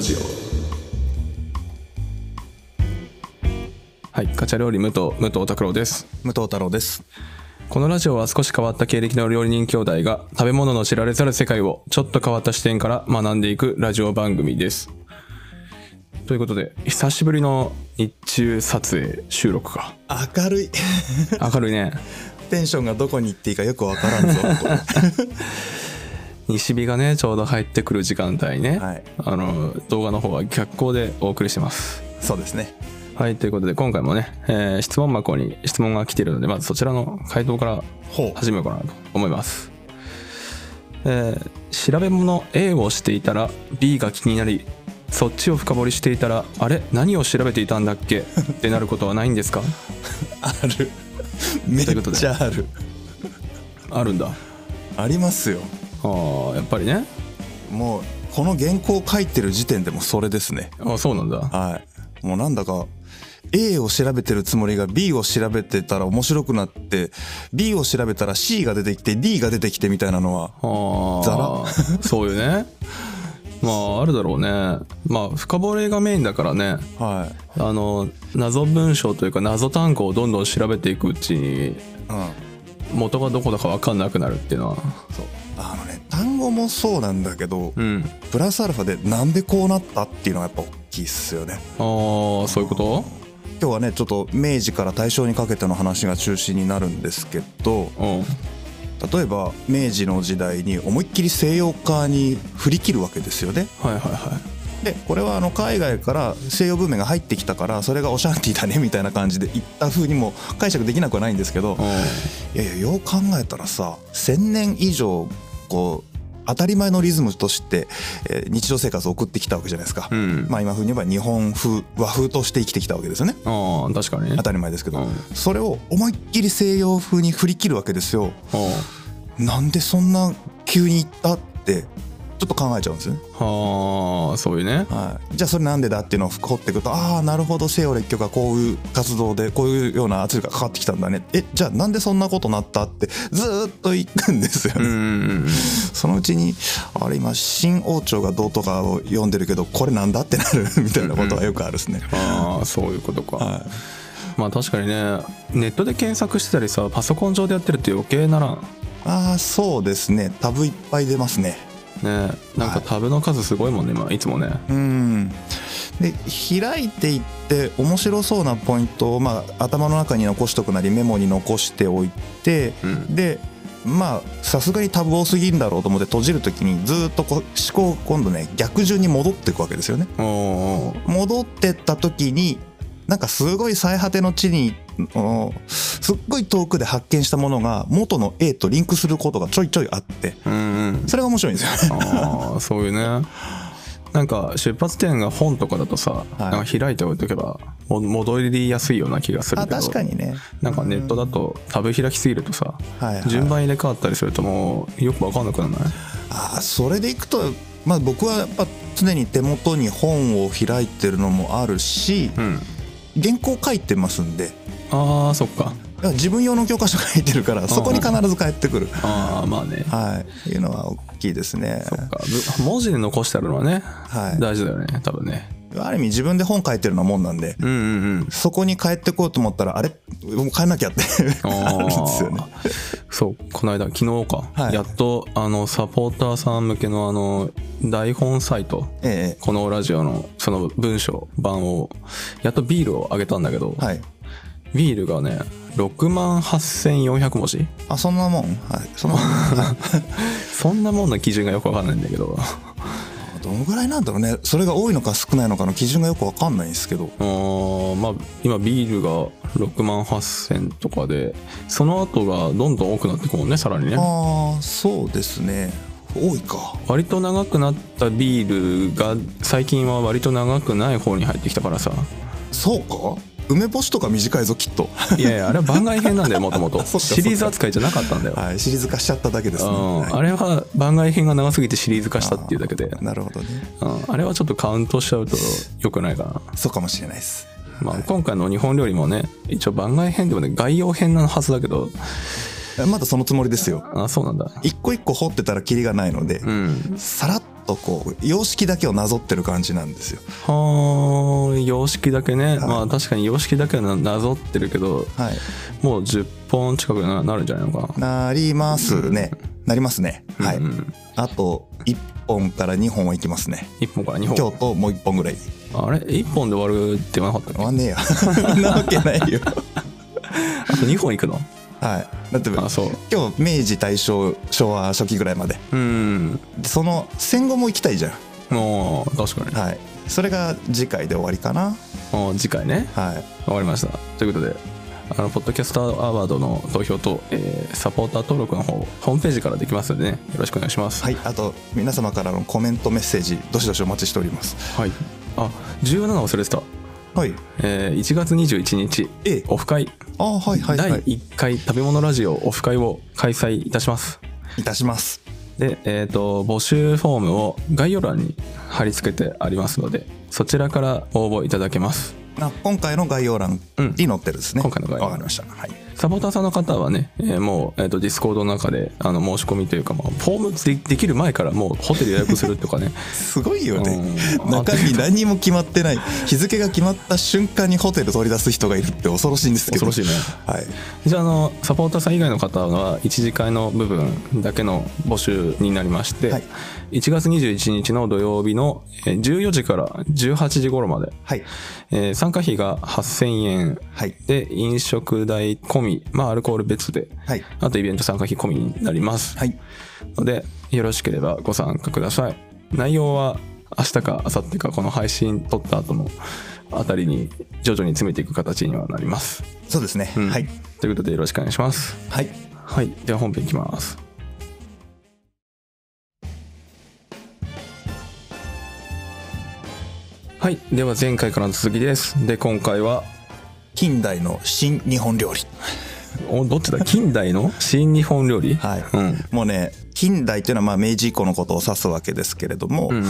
ジオはいガチャ料理武藤武藤拓郎です武藤太郎です。このラジオは少し変わった経歴の料理人兄弟が食べ物の知られざる世界をちょっと変わった視点から学んでいくラジオ番組ですということで久しぶりの日中撮影収録か明るい。 明るいねテンションがどこに行っていいかよくわからんぞ。西日がねちょうど入ってくる時間帯ね、はいあの動画の方は逆光でお送りしてます そうですね。はいということで今回もね、えー質問箱に質問が来ているのでまずそちらの回答からほう。始めようかなと思います、えー調べ物 A をしていたら B が気になりそっちを深掘りしていたらあれ何を調べていたんだっけってなることはないんですかある。めということっでちゃある。あるんだあありますよ。ーやっぱりねもう、この原稿書いてる時点でもそれですね。あそうなんだはい。もうなんだか、A を調べてるつもりが B を調べてたら面白くなって、B を調べたら C が出てきて D が出てきてみたいなのは、あざらそうよねまああるだろうねまあ深掘りがメインだからねはい。あの謎文章というか謎単語をどんどん調べていくうちにうん。元がどこだか分かんなくなるっていうのはそう。あのね、単語もそうなんだけど、うんプラスアルファでなんでこうなったっていうのがやっぱ大きいっすよね。ああそういうこと今日はねちょっと明治から大正にかけての話が中心になるんですけどうん例えば明治の時代に思いっきり西洋化に振り切るわけですよねはいはいはいでこれはあの海外から西洋文明が入ってきたからそれがオシャンティだねみたいな感じで言った風にも解釈できなくはないんですけどういやいやよう考えたらさ1,000年以上こう当たり前のリズムとして、えー日常生活を送ってきたわけじゃないですか、うんまあ今風に言えば日本風和風として生きてきたわけですよねんああ確かにね当たり前ですけど、うんそれを思いっきり西洋風に振り切るわけですようんなんでそんな急に行ったってちょっと考えちゃうんですよね、はあそういうねはい、じゃあそれなんでだっていうのを掘っていくとああなるほど西洋列強がこういう活動でこういうような圧力がかかってきたんだねえじゃあなんでそんなことなったってずーっと行くんですようね、んうんうんそのうちにあれ今新王朝がどうとかを読んでるけどこれなんだってなるみたいなことはよくあるですね、ああそういうことか、はいまあ確かにねネットで検索してたりさパソコン上でやってるって余計ならんああそうですねタブいっぱい出ますねねなんかタブの数すごいもんね、まあ、いつもねうんで開いていって面白そうなポイントを、まあ、頭の中に残しとくなりメモに残しておいて、うんでまあさすがにタブ多すぎんだろうと思って閉じる時にずーっとこう思考が今度ね逆順に戻っていくわけですよね。おお戻ってった時になんかすごい最果ての地におすっごい遠くで発見したものが元の A とリンクすることがちょいちょいあってうんうんそれが面白いんで すよね。ああそういうねなんか出発点が本とかだとさ、なんか開いておいとけばも戻りやすいような気がするあけど確かにね。なんかネットだとタブ開きすぎるとさ、はいはい順番入れ替わったりするともうよく分かんなくならないあーそれでいくと、まあ、僕はやっぱ常に手元に本を開いてるのもあるしうん原稿書いてますんであーそっかだから自分用の教科書書いてるからそこに必ず返ってくる、ああまあねはいいうのは大きいですねそっかぶ文字で残してあるのはね、はい大事だよね多分ねある意味自分で本書いてるのもんなんでうんうんうんそこに帰ってこうと思ったらあれもう帰んなきゃってあるんですよねあーそうこの間昨日か、はいやっとあのサポーターさん向けのあの台本サイトえこのラジオのその文章版をやっとビールをあげたんだけど、えはいビールがね6万8400文字あそんなもんはいそんなもんはいそんなもんの基準がよくわかんないんだけど。 どのぐらいなんだろうねそれが多いのか少ないのかの基準がよくわかんないんですけどあーまあ、今ビールが6万8000とかで、その後がどんどん多くなってくもんね、さらにね。ああそうですね多いか割と長くなったビールが最近は割と長くない方に入ってきたから さ。そうか梅干しとか短いぞきっと いやいや、あれは番外編なんだよ、もともと。 そっかシリーズ扱いじゃなかったんだよ。はいシリーズ化しちゃっただけですね、うん、あれれは番外編が長すぎてシリーズ化したっていうだけで、なるほどねうん、あれはちょっとカウントしちゃうと良くないかな。そうかもしれないですまあ、今回の日本料理もね一応番外編でもね概要編なはずだけどまだそのつもりですよあそうなんだ一個一個掘ってたらキリがないので、うんさらっとこう様式だけをなぞってる感じなんですよ。はあ様式だけね、はいまあ確かに様式だけはななぞってるけどはい、もう10本近くななるんじゃないのかななりますね。なりますね。はい。うん、あと1本から2本はいきますね。 1本から2今本日ともう1本ぐらい。あれ1本で終わるって言わなかったっけ終わんねえや。 そんなわけないよ。あと2本いくのはい。だってあそう今日明治大正昭和初期ぐらいまでうんでその戦後も行きたいじゃんもう確かにはいそれが次回で終わりかなあ次回ねはいわかりましたということであのポッドキャストアワードの投票と、えーサポーター登録の方ホームページからできますのでねよろしくお願いしますはいあと皆様からのコメントメッセージどしどしお待ちしておりますはい、あ17忘れてた、はいえー1月21日ええオフ会、ああはいはいは第い1回食べ物ラジオオフ会を開催いたしますいたしますで、えー、と募集フォームを概要欄に貼り付けてありますのでそちらから応募いただけますあ今回の概要欄に載ってるですね、うん今回の概要欄わかりましたはいサポーターさんの方はね、えーもう、えー、とディスコードの中であの申し込みというか、まあ、フォームでできる前からもうホテル予約するとかね すごいよねうん中身何も決まってない日付が決まった瞬間にホテル取り出す人がいるって恐ろしいんですけど恐ろしいねはいじゃああのサポーターさん以外の方は一次会の部分だけの募集になりまして、はい1月21日の土曜日のえー14時から18時頃まで、はいえー参加費が8000円はいで飲食代込みまあアルコール別ではいあとイベント参加費込みになりますはいのでよろしければご参加ください内容は明日か明後日かこの配信撮った後のあたりに徐々に詰めていく形にはなります、そうですね、うんはいということでよろしくお願いしますはいはい、では本編いきます。はい、では前回からの続きです。で、今回は、近代の新日本料理おどっちだ近代の新日本料理はい、うん。もうね近代っていうのはまあ明治以降のことを指すわけですけれども、うん。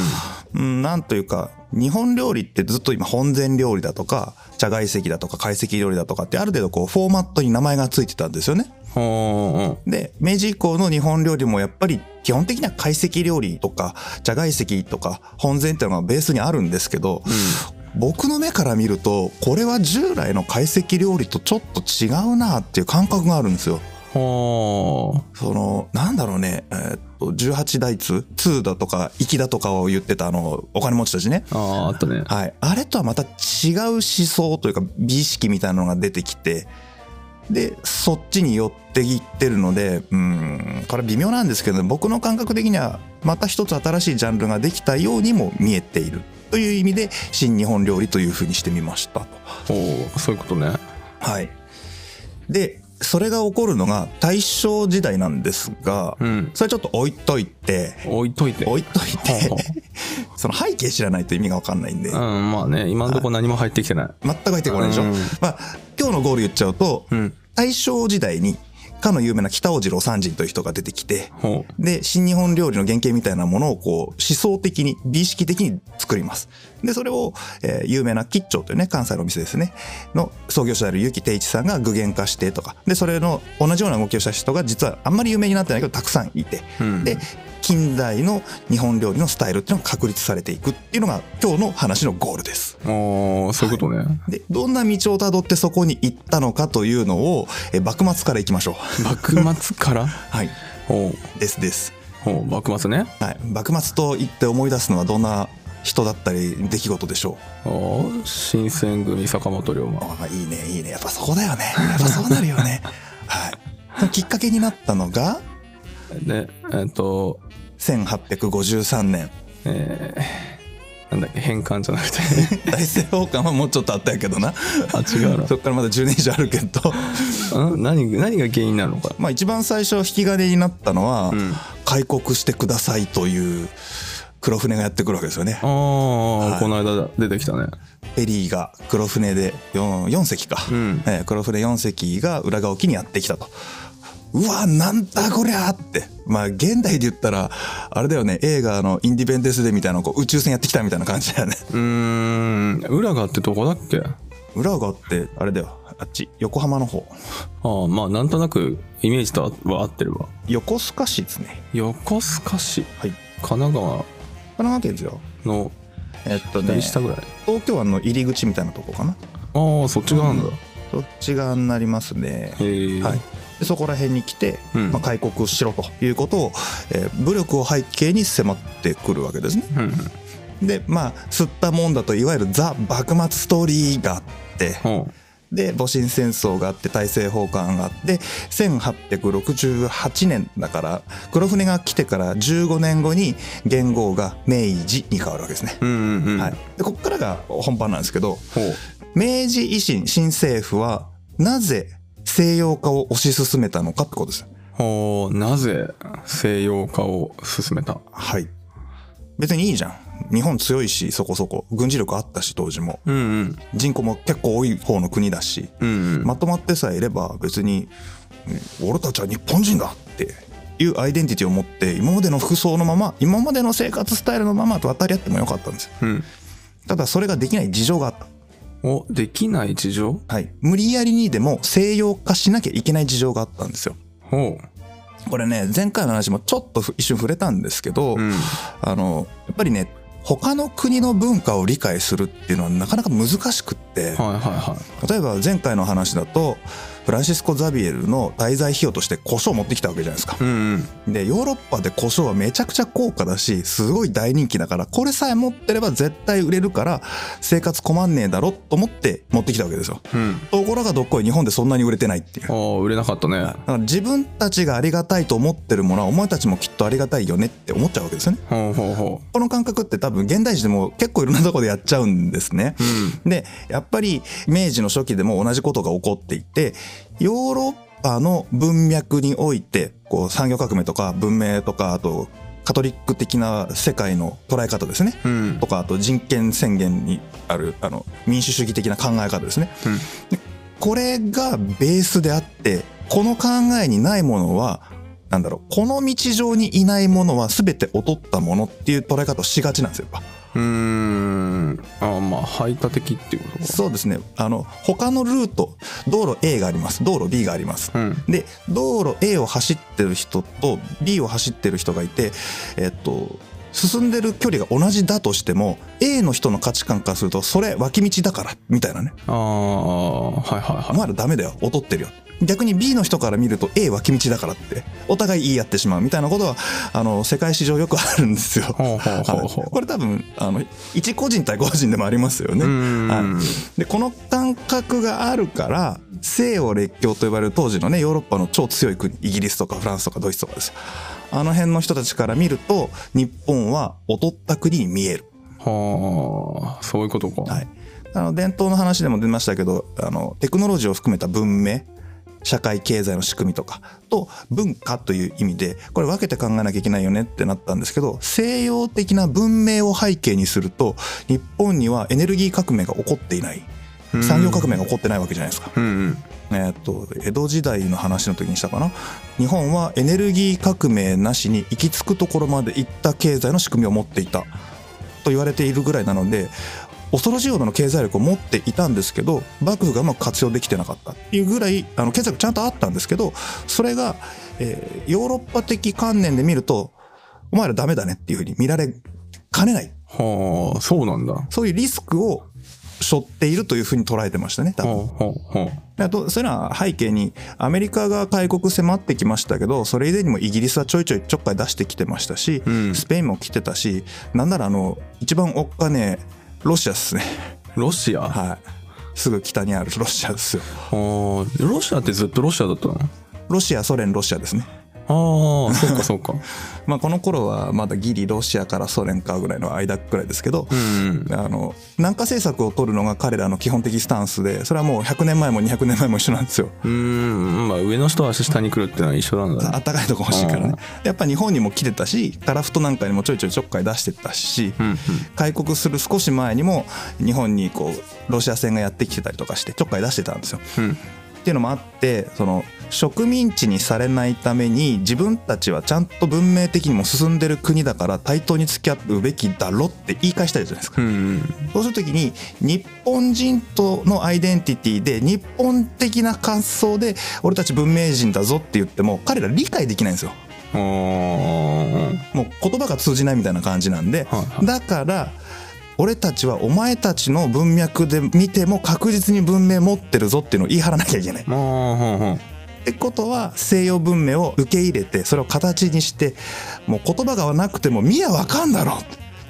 うんなんというか日本料理ってずっと今本膳料理だとか茶外石だとか懐石料理だとかってある程度こうフォーマットに名前がついてたんですよね。おーで明治以降の日本料理もやっぱり基本的には懐石料理とか茶外石とか本膳っていうのがベースにあるんですけど、僕の目から見るとこれは従来の懐石料理とちょっと違うなっていう感覚があるんですよ。おーそのなんだろうね、えーっと18大通通だとか粋だとかを言ってたあのお金持ちたちね、あーあったね。はい、あれとはまた違う思想というか美意識みたいなのが出てきてでそっちに寄っていってるのでうんこれ微妙なんですけど僕の感覚的にはまた一つ新しいジャンルができたようにも見えているという意味で新日本料理というふうにしてみましたと。おーそういうことね。はい、でそれが起こるのが大正時代なんですが、うん。それちょっと置いといて、置いといて。置いとい てほうほ、その背景知らないと意味がわかんないんで、うん、まあね、今のところ何も入ってきてない。全く入ってこないでしょ。うんまあ、今日のゴール言っちゃうと、うん。大正時代に、かの有名な北尾次郎三人という人が出てきて、ほう。で、新日本料理の原型みたいなものをこう、思想的に、美意識的に作ります。で、それを、えー有名な吉兆というね、関西のお店ですね、の創業者である結城定一さんが具現化してとか、で、それの同じような動きをした人が実はあんまり有名になってないけど、たくさんいて、うん。で、近代の日本料理のスタイルっていうのが確立されていくっていうのが今日の話のゴールです。おーそういうことね。で、どんな道をたどってそこに行ったのかというのを、え幕末から行きましょう。幕末からはい。おうですです。おう幕末ね。はい。幕末と言って思い出すのはどんな人だったり出来事でしょおー新選組坂本龍う馬ああ、いいね、いいね。やっぱそこだよね。やっぱそうなるよね。はい。そのきっかけになったのが、でえっ、と、 1853年。えーなんだっけ返還じゃ なくて大政奉還はもうちょっとあったやけどな。あ違うそっからまだ10年以上あるけど。なうん何何が原因なのかまあ、一番最初引き金になったのは、うん開国してくださいという黒船がやってくるわけですよねあ。あ、はいこの間出てきたねペリーが黒船で 4, 4隻か、うんえー黒船4隻が裏側沖にやってきたと。うわなんだこりゃってまあ現代で言ったらあれだよね映画の「インディペンデンス・デー」みたいなこう宇宙船やってきたみたいな感じだよね うーん浦賀ってどこだっけあ裏側ってあれだよあっち横浜の方あまあなんとなくイメージとは合ってるわ横須賀市ですね横須賀市はい神奈川神奈川県ですよのえっとね左下ぐらい東京湾の入り口みたいなとこかなああそっち側なんだ、うそっち側になりますねへえ、はい、でそこら辺に来て、うんまあ、開国しろということを、えー武力を背景に迫ってくるわけですね。うんうんでまあ吸ったもんだといわゆるザ・幕末ストーリーがあってほうで戊辰戦争があって大政奉還があって1868年だから黒船が来てから15年後に元号が明治に変わるわけですね。うんうんうんはい、でここからが本番なんですけどほう明治維新新政府はなぜ西洋化を推し進めたのかってことです。ほうなぜ西洋化を進めたはい。別にいいじゃん。日本強いし、そこそこ。軍事力あったし、当時も。うんうん人口も結構多い方の国だし。うんうんまとまってさえいれば、別に、うん俺たちは日本人だっていうアイデンティティを持って、今までの服装のまま、今までの生活スタイルのまま渡り合ってもよかったんですよ。うんただ、それができない事情があった。おできない事情はい。無理やりにでも西洋化しなきゃいけない事情があったんですよ。ほこれね、前回の話もちょっと一瞬触れたんですけど、ううんあのやっぱりね他の国の文化を理解するっていうのはなかなか難しくっはていはいは例えば前回の話だとフランシスコ・ザビエルの滞在費用として胡椒を持ってきたわけじゃないですかい。うんうんでヨーロッパで胡椒はめちゃくちゃ高価だしすごい大人気だからこれさえ持ってれば絶対売れるから生活困んねえだろと思って持ってきたわけですようんところがどっこい日本でそんなに売れてないっていうああ売れなかったねだから自分たちがありがたいと思ってるものはお前たちもきっとありがたいよねって思っちゃうわけですよねほうほうほこの感覚って多分現代人でも結構いろんなところでやっちゃうんですね。ううんでやっぱり明治の初期でも同じことが起こっていてヨーロッパの文脈においてこう産業革命とか文明とかあとカトリック的な世界の捉え方ですね。うんとかあと人権宣言にあるあの民主主義的な考え方ですね。うんこれがベースであってこの考えにないものはなんだろうこの道上にいないものは全て劣ったものっていう捉え方をしがちなんですよやっぱうーんああまあ排他的っていうことかそうですねあの他のルート道路 A があります道路 B がありますうんで道路 A を走ってる人と B を走ってる人がいてえっと進んでる距離が同じだとしても A の人の価値観からするとそれ脇道だからみたいなねああはいはいおは前らダメだよ劣ってるよ逆に B の人から見ると A 脇道だからってお互い言い合ってしまうみたいなことはあの世界史上よくあるんですよいほうほうほうほはいう これ多分あの一個人対個人でもありますよね、うんはでこの感覚があるから西洋列強と呼ばれる当時のねヨーロッパの超強い国イギリスとかフランスとかドイツとかですよあの辺の人たちから見ると日本は劣った国に見えるはあそういうことか、はい、あの伝統の話でも出ましたけどあのテクノロジーを含めた文明社会経済の仕組みとかと文化という意味でこれ分けて考えなきゃいけないよねってなったんですけど西洋的な文明を背景にすると日本にはエネルギー革命が起こっていないうん産業革命が起こってないわけじゃないですか。うんうんえーっと江戸時代の話の時にしたかな日本はエネルギー革命なしに行き着くところまで行った経済の仕組みを持っていたと言われているぐらいなので恐ろしいほどの経済力を持っていたんですけど幕府がうまく活用できてなかったっていうぐらいあの経済力ちゃんとあったんですけどそれが、えーヨーロッパ的観念で見るとお前らダメだねっていうふうに見られかねないはあそうなんだはそういうリスクを背負っているというふうに捉えてましたね多あ分。はあはああとそういうのは背景にアメリカが開国迫ってきましたけどそれ以前にもイギリスはちょいちょいちょっかい出してきてましたし、うんスペインも来てたしなんならあの一番おっかねえロシアっすね ロシア、はあ、はいすぐ北にあるロシアですよロシアってずっとロシアだったのロシアソ連ロシアですねああそうかそう かまあこの頃はまだギリロシアからソ連かぐらいの間くらいですけど、うんあの南下政策を取るのが彼らの基本的スタンスでそれはもう100年前も200年前も一緒なんですようーんまあ上の人は下に来るってのは一緒なんだあねったかいとこ欲しいからねやっぱ日本にも来てたしカラフトなんかにもちょいちょいちょっかい出してたし、うんうん開国する少し前にも日本にこうロシア船がやってきてたりとかしてちょっかい出してたんですよ。うんっていうのもあってその植民地にされないために自分たちはちゃんと文明的にも進んでる国だから対等に付き合うべきだろって言い返したいじゃないですか。うんうんそうするときに日本人とのアイデンティティで日本的な感想で俺たち文明人だぞって言っても彼ら理解できないんですよ。おーもう言葉が通じないみたいな感じなんで、はいはいだから俺たちはお前たちの文脈で見ても確実に文明持ってるぞっていうのを言い張らなきゃいけない。まあほんほんってことは西洋文明を受け入れてそれを形にしてもう言葉がなくても見やわかんだろう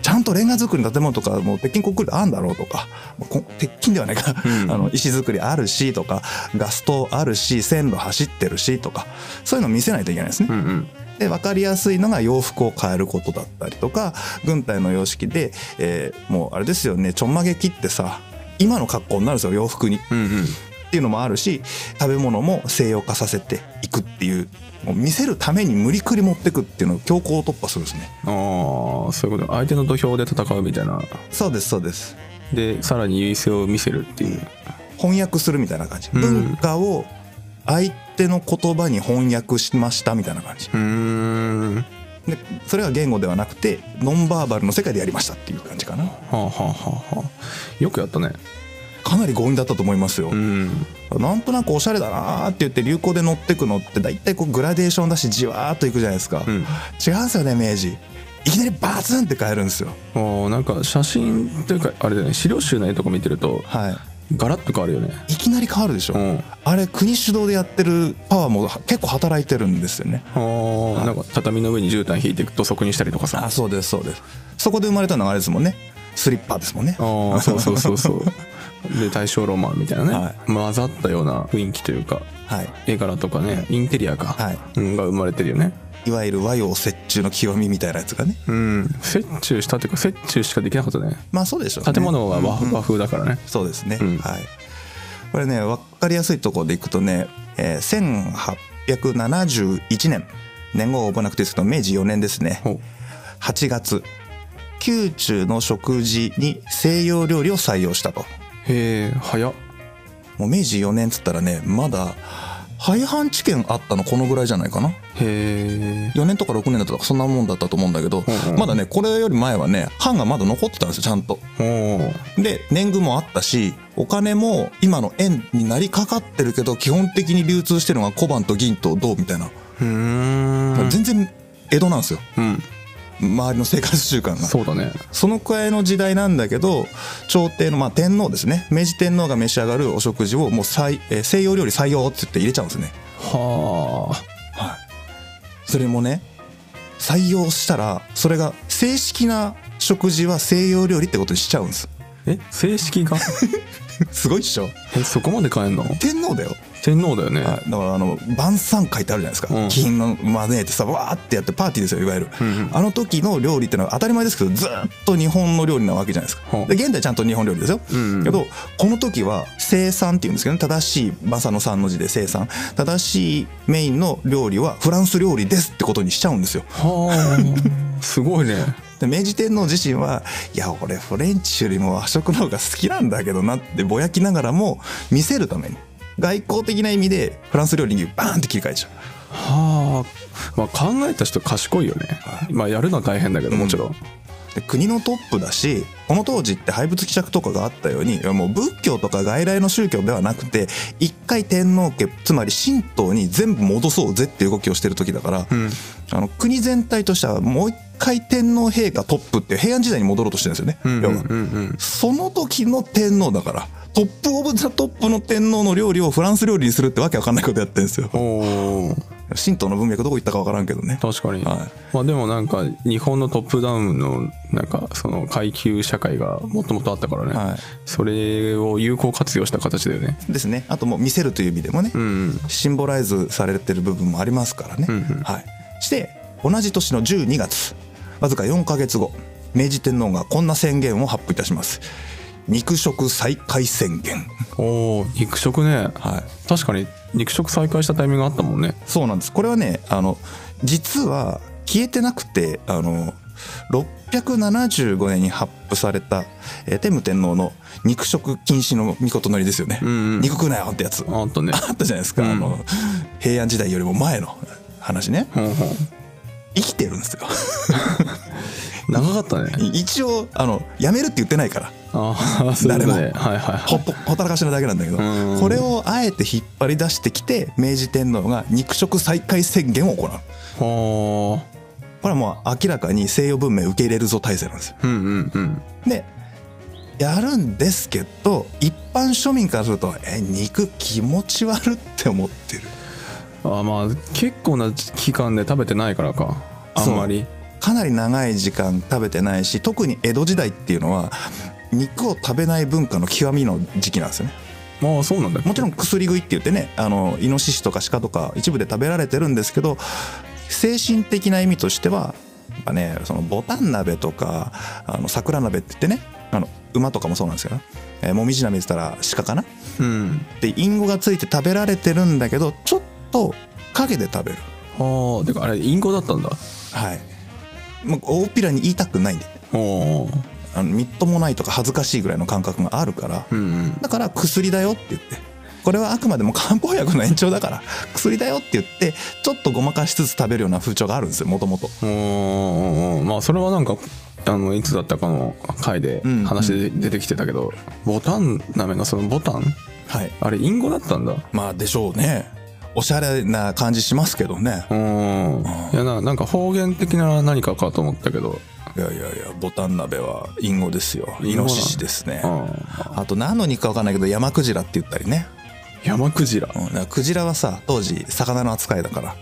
ちゃんとレンガ作りの建物とかもう鉄筋コンクリートあんだろうとかもうこ鉄筋ではないか、うんあの石造りあるしとかガス灯あるし線路走ってるしとかそういうのを見せないといけないですね。うんうんで分かりやすいのが洋服を変えることだったりとか軍隊の様式で、えーもうあれですよねちょんまげ切ってさ今の格好になるんですよ洋服にっうんうんていうのもあるし食べ物も西洋化させていくっていうもう見せるために無理くり持ってくっていうのを強行突破するんですねああそういうこと相手の土俵で戦うみたいなそうですそうですでさらに優位性を見せるっていう翻訳するみたいな感じうん文化を相手の言葉に翻訳しましたみたいな感じうーんはでそれは言語ではなくてノンバーバルの世界でやりましたっていう感じかなあはあはあはあよくやったねかなり強引だったと思いますよ、うんなんとなくおしゃれだなーって言って流行で乗ってくのって大体こうグラデーションだしじわーっといくじゃないですか、う違うんんですよね明治いきなりバツンって変えるんですよおーなんか写真というかあれだよね資料集の絵とか見てるとはガラッと変わるよねいいきなり変わるでしょ、うんあれ国主導でやってるパワーも結構働いてるんですよねああなんか畳の上に絨毯引いて土足にしたりとかさあそうですそうですそこで生まれたのがあれですもんねスリッパですもんねああそうそうそうそうで大正ロマンみたいなね、はい混ざったような雰囲気というか はい絵柄とかねインテリアか、はいうんが生まれてるよねいわゆる和洋折衷の極みみたいなやつがねうん折衷したというか折衷しかできなかったねまあそうでしょうね建物は和,、和風だからねそうですね、うんはいこれね分かりやすいところでいくとね、えー1871年年号を覚えなくていいですけど明治4年ですねほう8月宮中の食事に西洋料理を採用したとへえ早っもう明治4年っつったらねまだ廃藩置県あったのこのぐらいじゃないかなへえ4年とか6年だったとかそんなもんだったと思うんだけど、うんうんまだねこれより前はね藩がまだ残ってたんですよちゃんとおおで年貢もあったしお金も今の円になりかかってるけど基本的に流通してるのが小判と銀と銅みたいな、うーん全然江戸なんですようん周りの生活習慣がそうだねそのくらいの時代なんだけど朝廷の、まあ、天皇ですね明治天皇が召し上がるお食事をもう採、えー西洋料理採用って言って入れちゃうんですねはあそれもね採用したらそれが正式な食事は西洋料理ってことにしちゃうんです え正式がすごいっしょ えそこまで変えんの天皇だよ天皇だよね、はい、だからあの晩餐会ってあるじゃないですか、うん金の招いてさわーってやってパーティーですよいわゆる、うんうんあの時の料理ってのは当たり前ですけどずーっと日本の料理なわけじゃないですか、うんで現在ちゃんと日本料理ですよ、うんうんけどこの時は生産っていうんですけどね正しいマサの3の字で生産正しいメインの料理はフランス料理ですってことにしちゃうんですよは あすごいねで明治天皇自身はいや俺フレンチよりも和食の方が好きなんだけどなってぼやきながらも見せるために外交的な意味でフランス料理にバーンって切り替えちゃうはあ、まあ、考えた人賢いよね、まあやるのは大変だけどもちろん、で国のトップだしこの当時って廃仏希釈とかがあったようにいやもう仏教とか外来の宗教ではなくて一回天皇家つまり神道に全部戻そうぜっていう動きをしてる時だから、うんあの国全体としてはもう一回天皇陛下トップっていう平安時代に戻ろうとしてるんですよね、うんうん要はうんその時の天皇だからトップオブザトップの天皇の料理をフランス料理にするってわけわかんないことやってるんですようんおー神道の文脈どこ行ったかわからんけどね確かに、はいまあでもなんか日本のトップダウンのなんかその階級社会がもともとあったからね、はいそれを有効活用した形だよねですねあともう見せるという意味でもね、うんシンボライズされてる部分もありますからね、うんうんはい、して同じ年の12月わずか4ヶ月後明治天皇がこんな宣言を発布いたします肉食再開宣言おお肉食ね、はい確かに肉食再開したタイミングがあったもんねそうなんですこれはねあの実は消えてなくてあの675年に発布された、えー天武天皇の肉食禁止の御事のりですよね、うんうん肉食うなよってやつああった ねったじゃないですか、あの平安時代よりも前の話ねほんほん生きてるんですよ長かったね一応あのやめるって言ってないからあああ、そういうことね。はいはいはほっい。ぽほったらかしなだけなんだけどうんこれをあえて引っ張り出してきて明治天皇が肉食再開宣言を行うこほー。れはもう明らかに西洋文明受け入れるぞ体制なんですようんうんうん。でやるんですけど一般庶民からすると「え肉気持ち悪」って思ってるあまあ、結構な期間で食べてないからか。あんまり。かなり長い時間食べてないし特に江戸時代っていうのは肉を食べない文化の極みの時期なんですよねああ、そうなんだ。もちろん薬食いって言ってねあのイノシシとか鹿とか一部で食べられてるんですけど精神的な意味としてはやっぱねそのボタン鍋とかあの桜鍋って言ってねあの馬とかもそうなんですけど、えー、もみじ鍋って言ったら鹿かなうん。でインゴがついて食べられてるんだけどちょっと影で食べるああ、てかあれ、インゴだったんだ。はい、まあ、大っぴらに言いたくないんでおー。あのみっともないとか恥ずかしいぐらいの感覚があるからうんうん。だから薬だよって言ってこれはあくまでも漢方薬の延長だから薬だよって言ってちょっとごまかしつつ食べるような風潮があるんですよもともとおーおーまあそれはなんかあのいつだったかの回でうん話で出てきてたけど、ボタン鍋のそのボタンはいあれインゴだったんだまあでしょうねおしゃれな感じしますけどねうんいやななんか方言的な何かかと思ったけどいやいやいやボタン鍋はインゴですよインゴなのイノシシですねうんあと何の肉か分かんないけど山クジラって言ったりね、山クジラうん、だからクジラはさ当時魚の扱いだから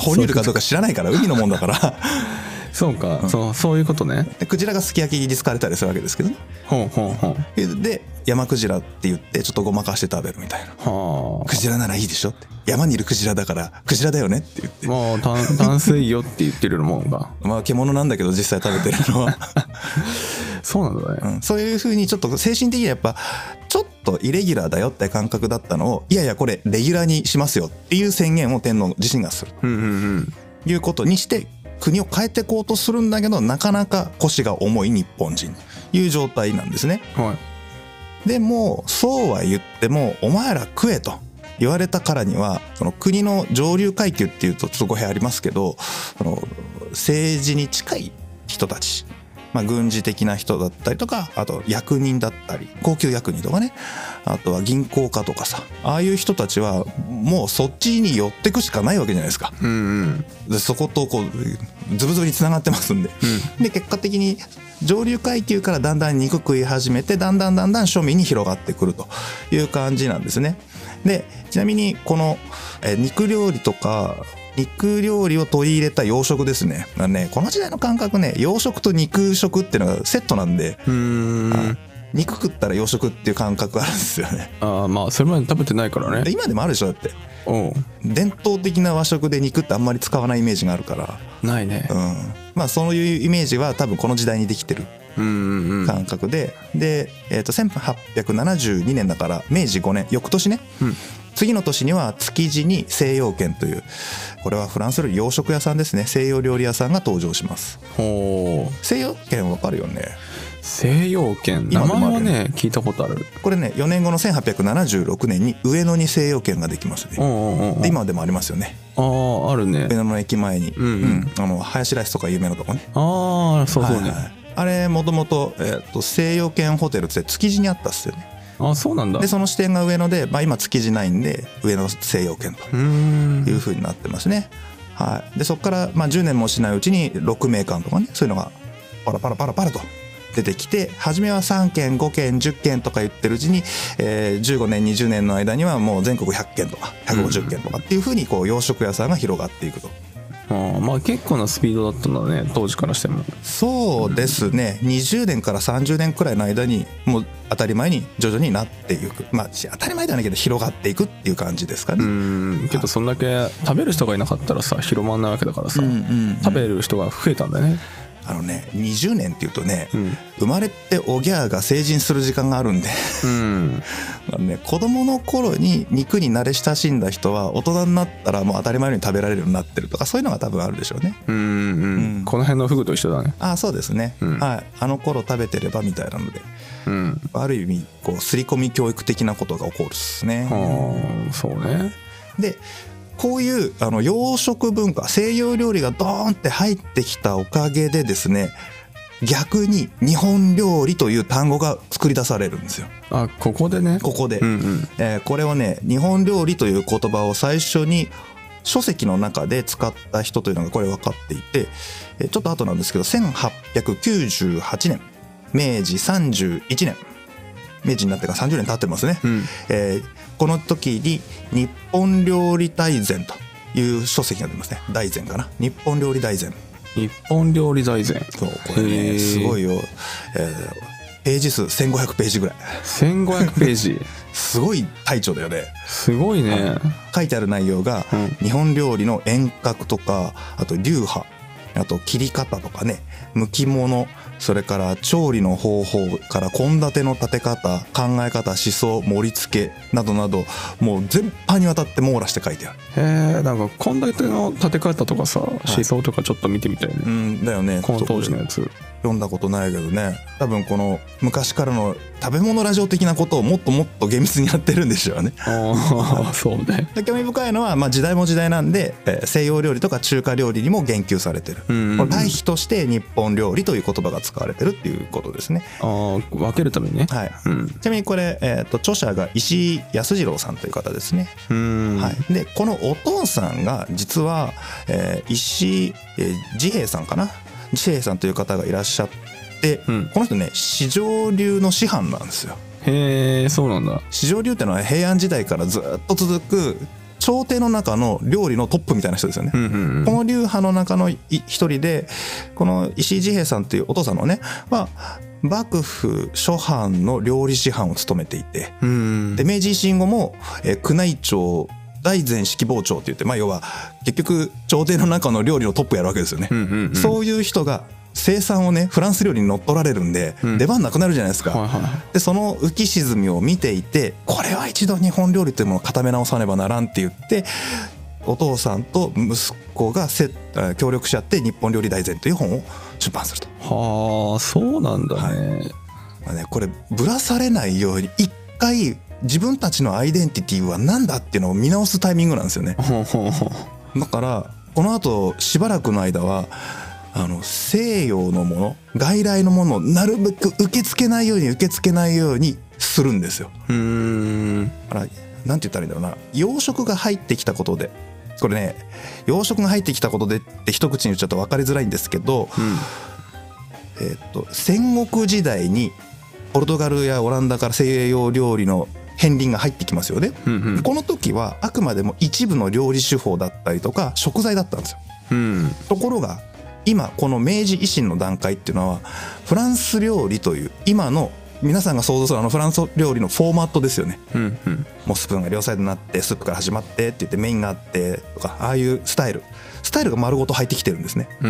哺乳類かどうか知らないから海のもんだから そうか、そうそういうことねでクジラがすき焼きに使われたりするわけですけどねほうほうほで山クジラって言ってちょっとごまかして食べるみたいな うはクジラならいいでしょって山にいるクジラだからクジラだよねって言ってあもう淡淡水魚って言ってるもんがまあ獣なんだけど実際食べてるのは、そうなんだうねん、そういうふうにちょっと精神的にはやっぱちょっとイレギュラーだよって感覚だったのをいやいやこれレギュラーにしますよっていう宣言を天皇自身がするうんうんうんということにして国を変えていこうとするんだけどなかなか腰が重い日本人という状態なんですね。はいでもそうは言ってもお前ら食えと言われたからにはその国の上流階級っていうとちょっと語弊ありますけどその政治に近い人たち、まあ、軍事的な人だったりとかあと役人だったり高級役人とかねあとは銀行家とかさああいう人たちはもうそっちに寄ってくしかないわけじゃないですか。うんうんでそことこうズブズブにつながってますんで、で結果的に上流階級からだんだん肉食い始めてだんだんだんだん庶民に広がってくるという感じなんですねでちなみにこのえー肉料理とか肉料理を取り入れた洋食ですねあのねこの時代の感覚ね洋食と肉食っていうのがセットなんでうーん肉食ったら洋食っていう感覚があるんですよねああまあそれまで食べてないからでね今でもあるでしょだっておう伝統的な和食で肉ってあんまり使わないイメージがあるからないねうん、まあそういうイメージは多分この時代にできてるうんうんうん感覚で、で、えー、と1872年だから明治5年翌年ね、うん次の年には築地に西洋軒というこれはフランスの洋食屋さんですね西洋料理屋さんが登場しますほう西洋軒わかるよね西洋圏名今でもあ前るはよねね聞いたことあるこれね4年後の1876年に上野に西洋軒ができますうんねうんうんうんで今でもありますよねあああるね上野の駅前に、んうんうんあの林ライスとか有名なとこねああそうそうはいはねいあれもともと,、えー、と西洋圏ホテルって築地にあったっすよねあそうなんだでうその支店が上野で、まあ、今築地ないんで上野西洋圏ーんというふうになってますね、はい、でそこから、まあ、10年もしないうちに6名館とかねそういうのがパラパラパラパラと出てきて初めは3件5件10件とか言ってるうちに、えー15年20年の間にはもう全国100件とか150件とかっていうふうにこう洋食屋さんが広がっていくと。あーまあ結構なスピードだったんだね当時からしてもそうですね、20年から30年くらいの間にもう当たり前に徐々になっていくまあし当たり前ではないけど広がっていくっていう感じですかうね、ーんけどそんだけ食べる人がいなかったらさ広まんないわけだからさ、うんうん食べる人が増えたんだねあのね20年っていうとね、うん生まれておぎゃーが成人する時間があるんで うんあのね子供の頃に肉に慣れ親しんだ人は大人になったらもう当たり前のように食べられるようになってるとかそういうのが多分あるでしょうねうんうん、うんこの辺のフグと一緒だねああそうですね、うんはいあの頃食べてればみたいなのでうんある意味こう刷り込み教育的なことが起こるっすね、ああそうねでこういうあの洋食文化西洋料理がドーンって入ってきたおかげでですね逆に日本料理という単語が作り出されるんですよあここでねここで、うんうんえーこれをね日本料理という言葉を最初に書籍の中で使った人というのがこれ分かっていてえーちょっと後なんですけど1898年明治31年明治になってから30年経ってますね、うんえーこの時に「日本料理大全」という書籍が出ますね大全かな日本料理大全日本料理財前そうこれへーねすごいよ、えーページ数1500ページぐらい1500ペー ジすごい大著だよねすごいね書いてある内容が、うん日本料理の遠隔とかあと流派あと切り方とかね剥き物それから調理の方法から献立の立て方考え方思想盛り付けなどなどもう全般にわたって網羅して書いてある、へえんか献立の立て方とかさ、思想とかちょっと見てみたいね、うん、だよねこの当時のやつ読んだことないけどね多分この昔からの食べ物ラジオ的なことをもっともっと厳密にやってるんでしょうねああそうねで興味深いのは、まあ、時代も時代なんで、えー西洋料理とか中華料理にも言及されてる、うんうんうんこれ対比として日本料理という言葉が使われてるっていうことですね、ああ分けるためにねはい、うんちなみにこれ、えー、と著者が石井康次郎さんという方ですね、うん、はい、でこのお父さんが実は、えー石井、えー治兵衛さんかな治兵衛さんという方がいらっしゃって、うんこの人ね四条流の師範なんですよへえそうなんだ四条流ってのは平安時代からずっと続く朝廷の中の料理のトップみたいな人ですよね、うんうんこの流派の中のい一人でこの石井治兵衛さんというお父さんのねは幕府諸藩の料理師範を務めていてうんで明治維新後も、えー宮内庁大前式傍庁って言って、まあ、要は結局朝廷の中の料理のトップやるわけですよね、うんうんうんそういう人が生産をねフランス料理に乗っ取られるんで、ん出番なくなるじゃないですか、はいはでその浮き沈みを見ていてこれは一度日本料理というものを固め直さねばならんって言ってお父さんと息子がせ協力し合って「日本料理大全」という本を出版すると、いはあそうなんだね、まあね、これぶらされないように一回自分たちのアイデンティティは何だっていうのを見直すタイミングなんですよねほうほうほうだからこの後しばらくの間はあの西洋のもの外来のものをなるべく受け付けないように受け付けないようにするんですようーんあら、なんて言ったらいいんだろうな。養殖が入ってきたことで、これね、養殖が入ってきたことでって一口に言っちゃうと分かりづらいんですけど、うんえっと、戦国時代に、ポルトガルやオランダから西洋料理の片鱗が入ってきますよね。うんうんこの時はあくまでも一部の料理手法だったりとか食材だったんですよ。うんところが今この明治維新の段階っていうのはフランス料理という今の皆さんが想像するあのフランス料理のフォーマットですよね。うんうんもうスプーンが両サイドになってスープから始まってって言ってメインがあってとかああいうスタイルスタイルが丸ごと入ってきてるんですねうー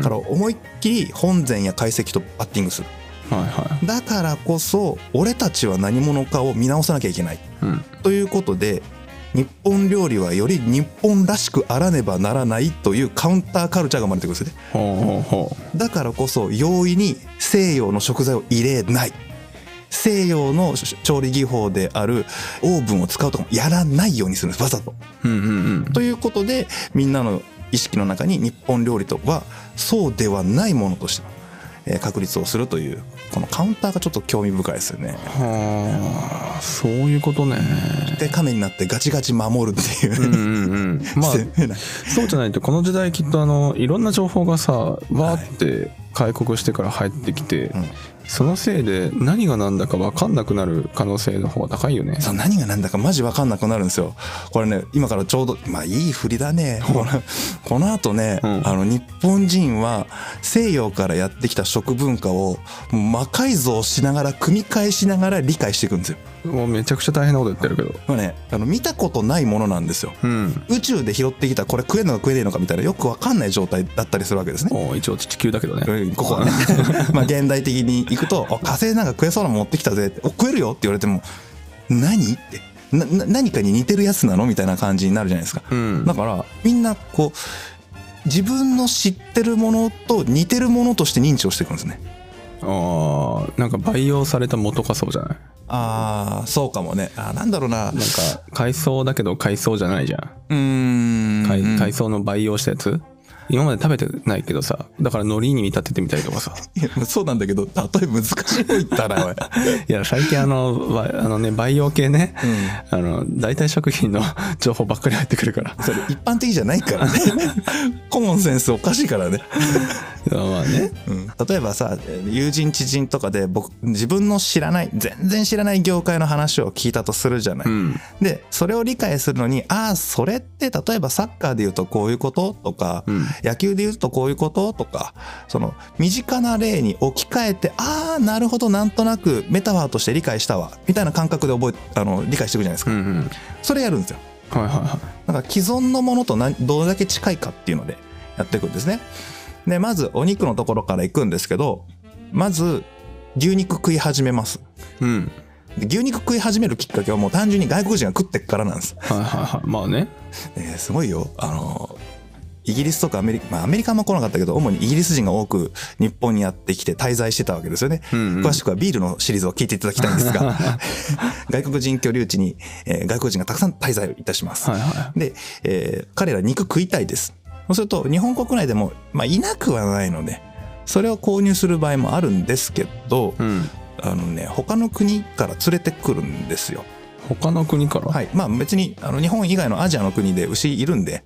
んだかはら思いっきり本前や解析とバッティングするいはだからこそ俺たちは何者かを見直さなきゃいけないいうんということで日本料理はより日本らしくあらねばならないというカウンターカルチャーが生まれてくるんですよねほうほうほだからこそ容易に西洋の食材を入れない西洋の調理技法であるオーブンを使うとかもやらないようにするんですわざとううんうんうんということでみんなの意識の中に日本料理とはそうではないものとしてえー確立をするというこのカウンターがちょっと興味深いですよね。はあそういうことねで亀になってガチガチ守るっていううね、ん うんうんまあ攻めないそうじゃないとこの時代きっとあのいろんな情報がさわーって開国してから入ってきて、んそのせいで何が何だか分かんなくなる可能性の方が高いよね。そう何が何だかマジ分かんなくなるんですよ。これね今からちょうどまあいい振りだね。このこの後ね、うんあの日本人は西洋からやってきた食文化をもう魔改造しながら組み返しながら理解していくんですよ。もうめちゃくちゃ大変なこと言ってるけど。これねあの見たことないものなんですよ。うん。宇宙で拾ってきたこれ食えるのか食えねえのかみたいなよくわかんない状態だったりするわけですね。もう一応地球だけどね。ここはねまあ現代的に行くとあ火星なんか食えそうなもん持ってきたぜってお食えるよって言われても何ってなな何かに似てるやつなのみたいな感じになるじゃないですかう、ん。だからみんなこう自分の知ってるものと似てるものとして認知をしていくんですねああ、なんか培養された元かそうじゃないああそうかもねあーなんだろうななんか海藻だけど海藻じゃないじゃん。うーん海海藻の培養したやつ今まで食べてないけどさ、だから海苔に見立ててみたりとかさ。いや そうなんだけど例え難しいと言ったらおいいや、最近あの、ばあのね、培養系ね、あの、代替食品の 情報ばっかり入ってくるから。それ一般的じゃな いからねコモンセンスおかしいからねまあね。例えばさ友人知人とかで僕自分の知らない全然知らない業界の話を聞いたとするじゃない、うん。でそれを理解するのにああそれって例えばサッカーで言うとこういうこととか、うん。野球で言うとこういうこととかその身近な例に置き換えてああなるほどなんとなくメタファーとして理解したわみたいな感覚で覚えあの理解していくじゃないですうか、んうん。それやるんですよはいはいはなんか既存のものと何どれだけ近いかっていうのでやっていくんですね。で、まずお肉のところから行くんですけど、まず牛肉食い始めます。い。うん。で牛肉食い始めるきっかけはもう単純に外国人が食ってっからなんです。はいはいはい。まあね。えーすごいよ。あの、イギリスとかアメリカ、まあアメリカも来なかったけど、主にイギリス人が多く日本にやってきて滞在してたわけですよね。うん、うん詳。しくはビールのシリーズを聞いていただきたいんですが、 外国人居留地に、えー外国人がたくさん滞在いたします。はいはで、えー彼ら肉食いたいです。そうすると、日本国内でも、まあ、いなくはないので、それを購入する場合もあるんですけどい。、うん。あのね、他の国から連れてくるんですよ。他の国から。はい。まあ別に、あの、日本以外のアジアの国で牛いるんで、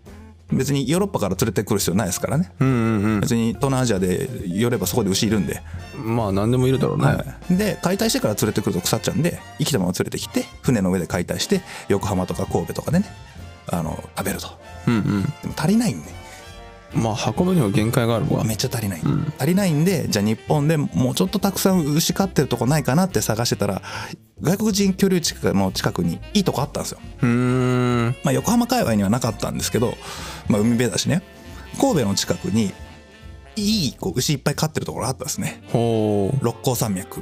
別にヨーロッパから連れてくる必要ないですからね。うんうん別に東南アジアで寄ればそこで牛いるんで。うん。まあ何でもいるだろうね。はい。で、解体してから連れてくると腐っちゃうんで、生きたまま連れてきて、船の上で解体して、横浜とか神戸とかでね、あの、食べると。うんでも足りないんで。うん。まあ運ぶには限界があるわ。めっちゃ足りない、うん足りないんでじゃあ日本でもうちょっとたくさん牛飼ってるとこないかなって探してたら外国人居留地の近くにいいとこあったんですよ、うーん。まあ、横浜界隈にはなかったんですけど、まあ、海辺だしね神戸の近くにいいこう牛いっぱい飼ってるところがあったんですねほう。六甲山脈、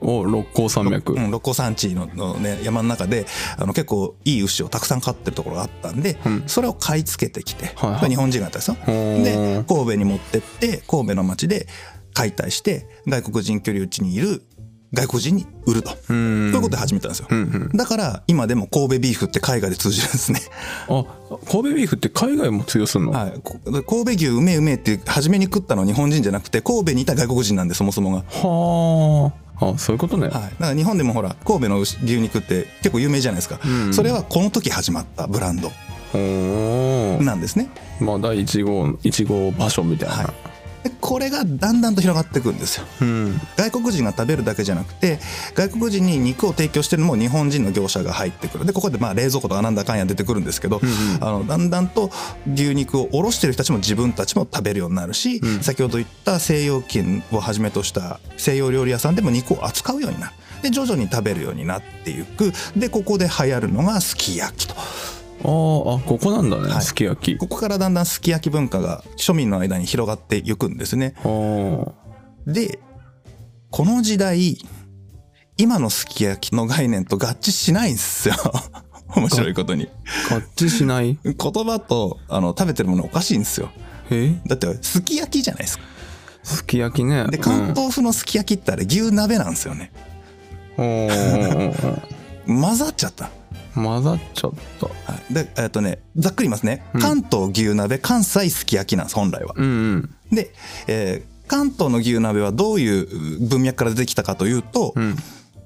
お、六甲山脈。うん、六甲山地ののね、山の中であの結構いい牛をたくさん飼ってるところがあったんで、うんそれを買い付けてきて、はいはいこれ日本人がやったんですよほう。で神戸に持ってって神戸の町で解体して外国人居留地にいる外国人に売ると、とうん。いうことで始めたんですよ、うんうん。だから今でも神戸ビーフって海外で通じるんですね、あ、神戸ビーフって海外も通用するの、はい、こ神戸牛うめえうめえって初めに食ったのは日本人じゃなくて神戸にいた外国人なんでそもそもが、はあ。あ、そういうことね。はい、だから日本でもほら神戸の牛肉って結構有名じゃないですか、うんそれはこの時始まったブランドおお、なんですね、まあ、第1号、一号場所みたいな。はいでこれがだんだんと広がっていくんですようん。外国人が食べるだけじゃなくて外国人に肉を提供してるのも日本人の業者が入ってくるでここでまあ冷蔵庫とかなんだかんや出てくるんですけど、んあのだんだんと牛肉を卸してる人たちも自分たちも食べるようになるし、ん先ほど言った西洋圏をはじめとした西洋料理屋さんでも肉を扱うようになるで徐々に食べるようになっていくでここで流行るのがすき焼きとあーあ、ここなんだね、はいすき焼き。ここからだんだんすき焼き文化が庶民の間に広がっていくんですねはで、この時代、今のすき焼きの概念と合致しないんですよ。 面白いことに。あ。合致しない言葉と、あの、食べてるものおかしいんですよ。えだって、すき焼きじゃないですか。すき焼きね。で、関東風のすき焼きってあれ、牛鍋なんですよね。うん。おー混ざっちゃった。混ざっちゃった。はい、で、えっとね、ざっくり言いますね。うん関東牛鍋、関西すき焼きなんです、本来は。うんうん。で、えー関東の牛鍋はどういう文脈から出てきたかというと、うん。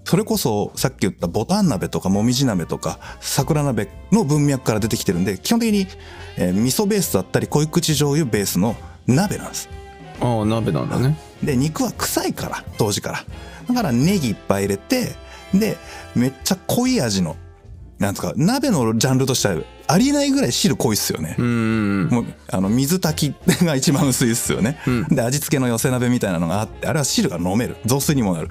それこそさっき言ったボタン鍋とかもみじ鍋とか桜鍋の文脈から出てきてるんで基本的に、えー味噌ベースだったり濃い口醤油ベースの鍋なんですああ、鍋なんだね。で肉は臭いから当時からだからネギいっぱい入れてでめっちゃ濃い味のなんですか鍋のジャンルとしてはありえないぐらい汁濃いっすよねうんうん。もうあの水炊き が一番薄いっすよね、うんで味付けの寄せ鍋みたいなのがあってあれは汁が飲める雑炊にもなる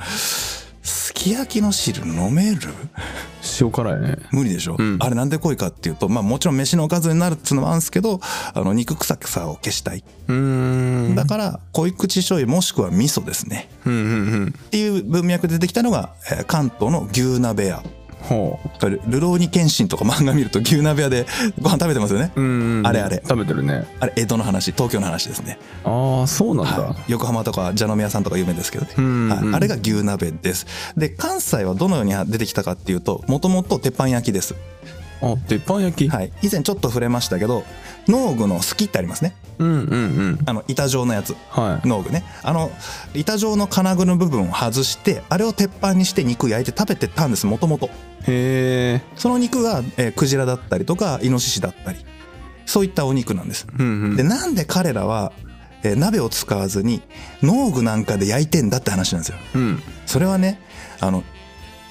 すき焼きの汁飲める 塩辛いね。無理でしょ、んあれなんで濃いかっていうと、まあ、もちろん飯のおかずになるっつうのもあるんですけどあの肉臭さを消したい、うーん。だから濃い口醤油もしくは味噌ですねうんうんうん。っていう文脈で出てきたのが、えー関東の牛鍋屋ほこれルローニケンシンとか漫画見ると牛鍋屋でご飯食べてますよね、う。うんうん。あれあれ食べてるね。あれ江戸の話東京の話ですねああ、そうなんだ。はい、横浜とか蛇の宮さんとか有名ですけどね、うんはい、あれが牛鍋ですで関西はどのように出てきたかっていうともともと鉄板焼きですあ、鉄板焼き。はい、以前ちょっと触れましたけど農具の「好き」ってありますねうんうんうん。あの板状のやつはい。農具ねあの板状の金具の部分を外してあれを鉄板にして肉焼いて食べてたんですもともとへえ。その肉が、えークジラだったりとかイノシシだったりそういったお肉なんですうんうん。でなんで彼らは、えー鍋を使わずに農具なんかで焼いてんだって話なんですようん。それはねあの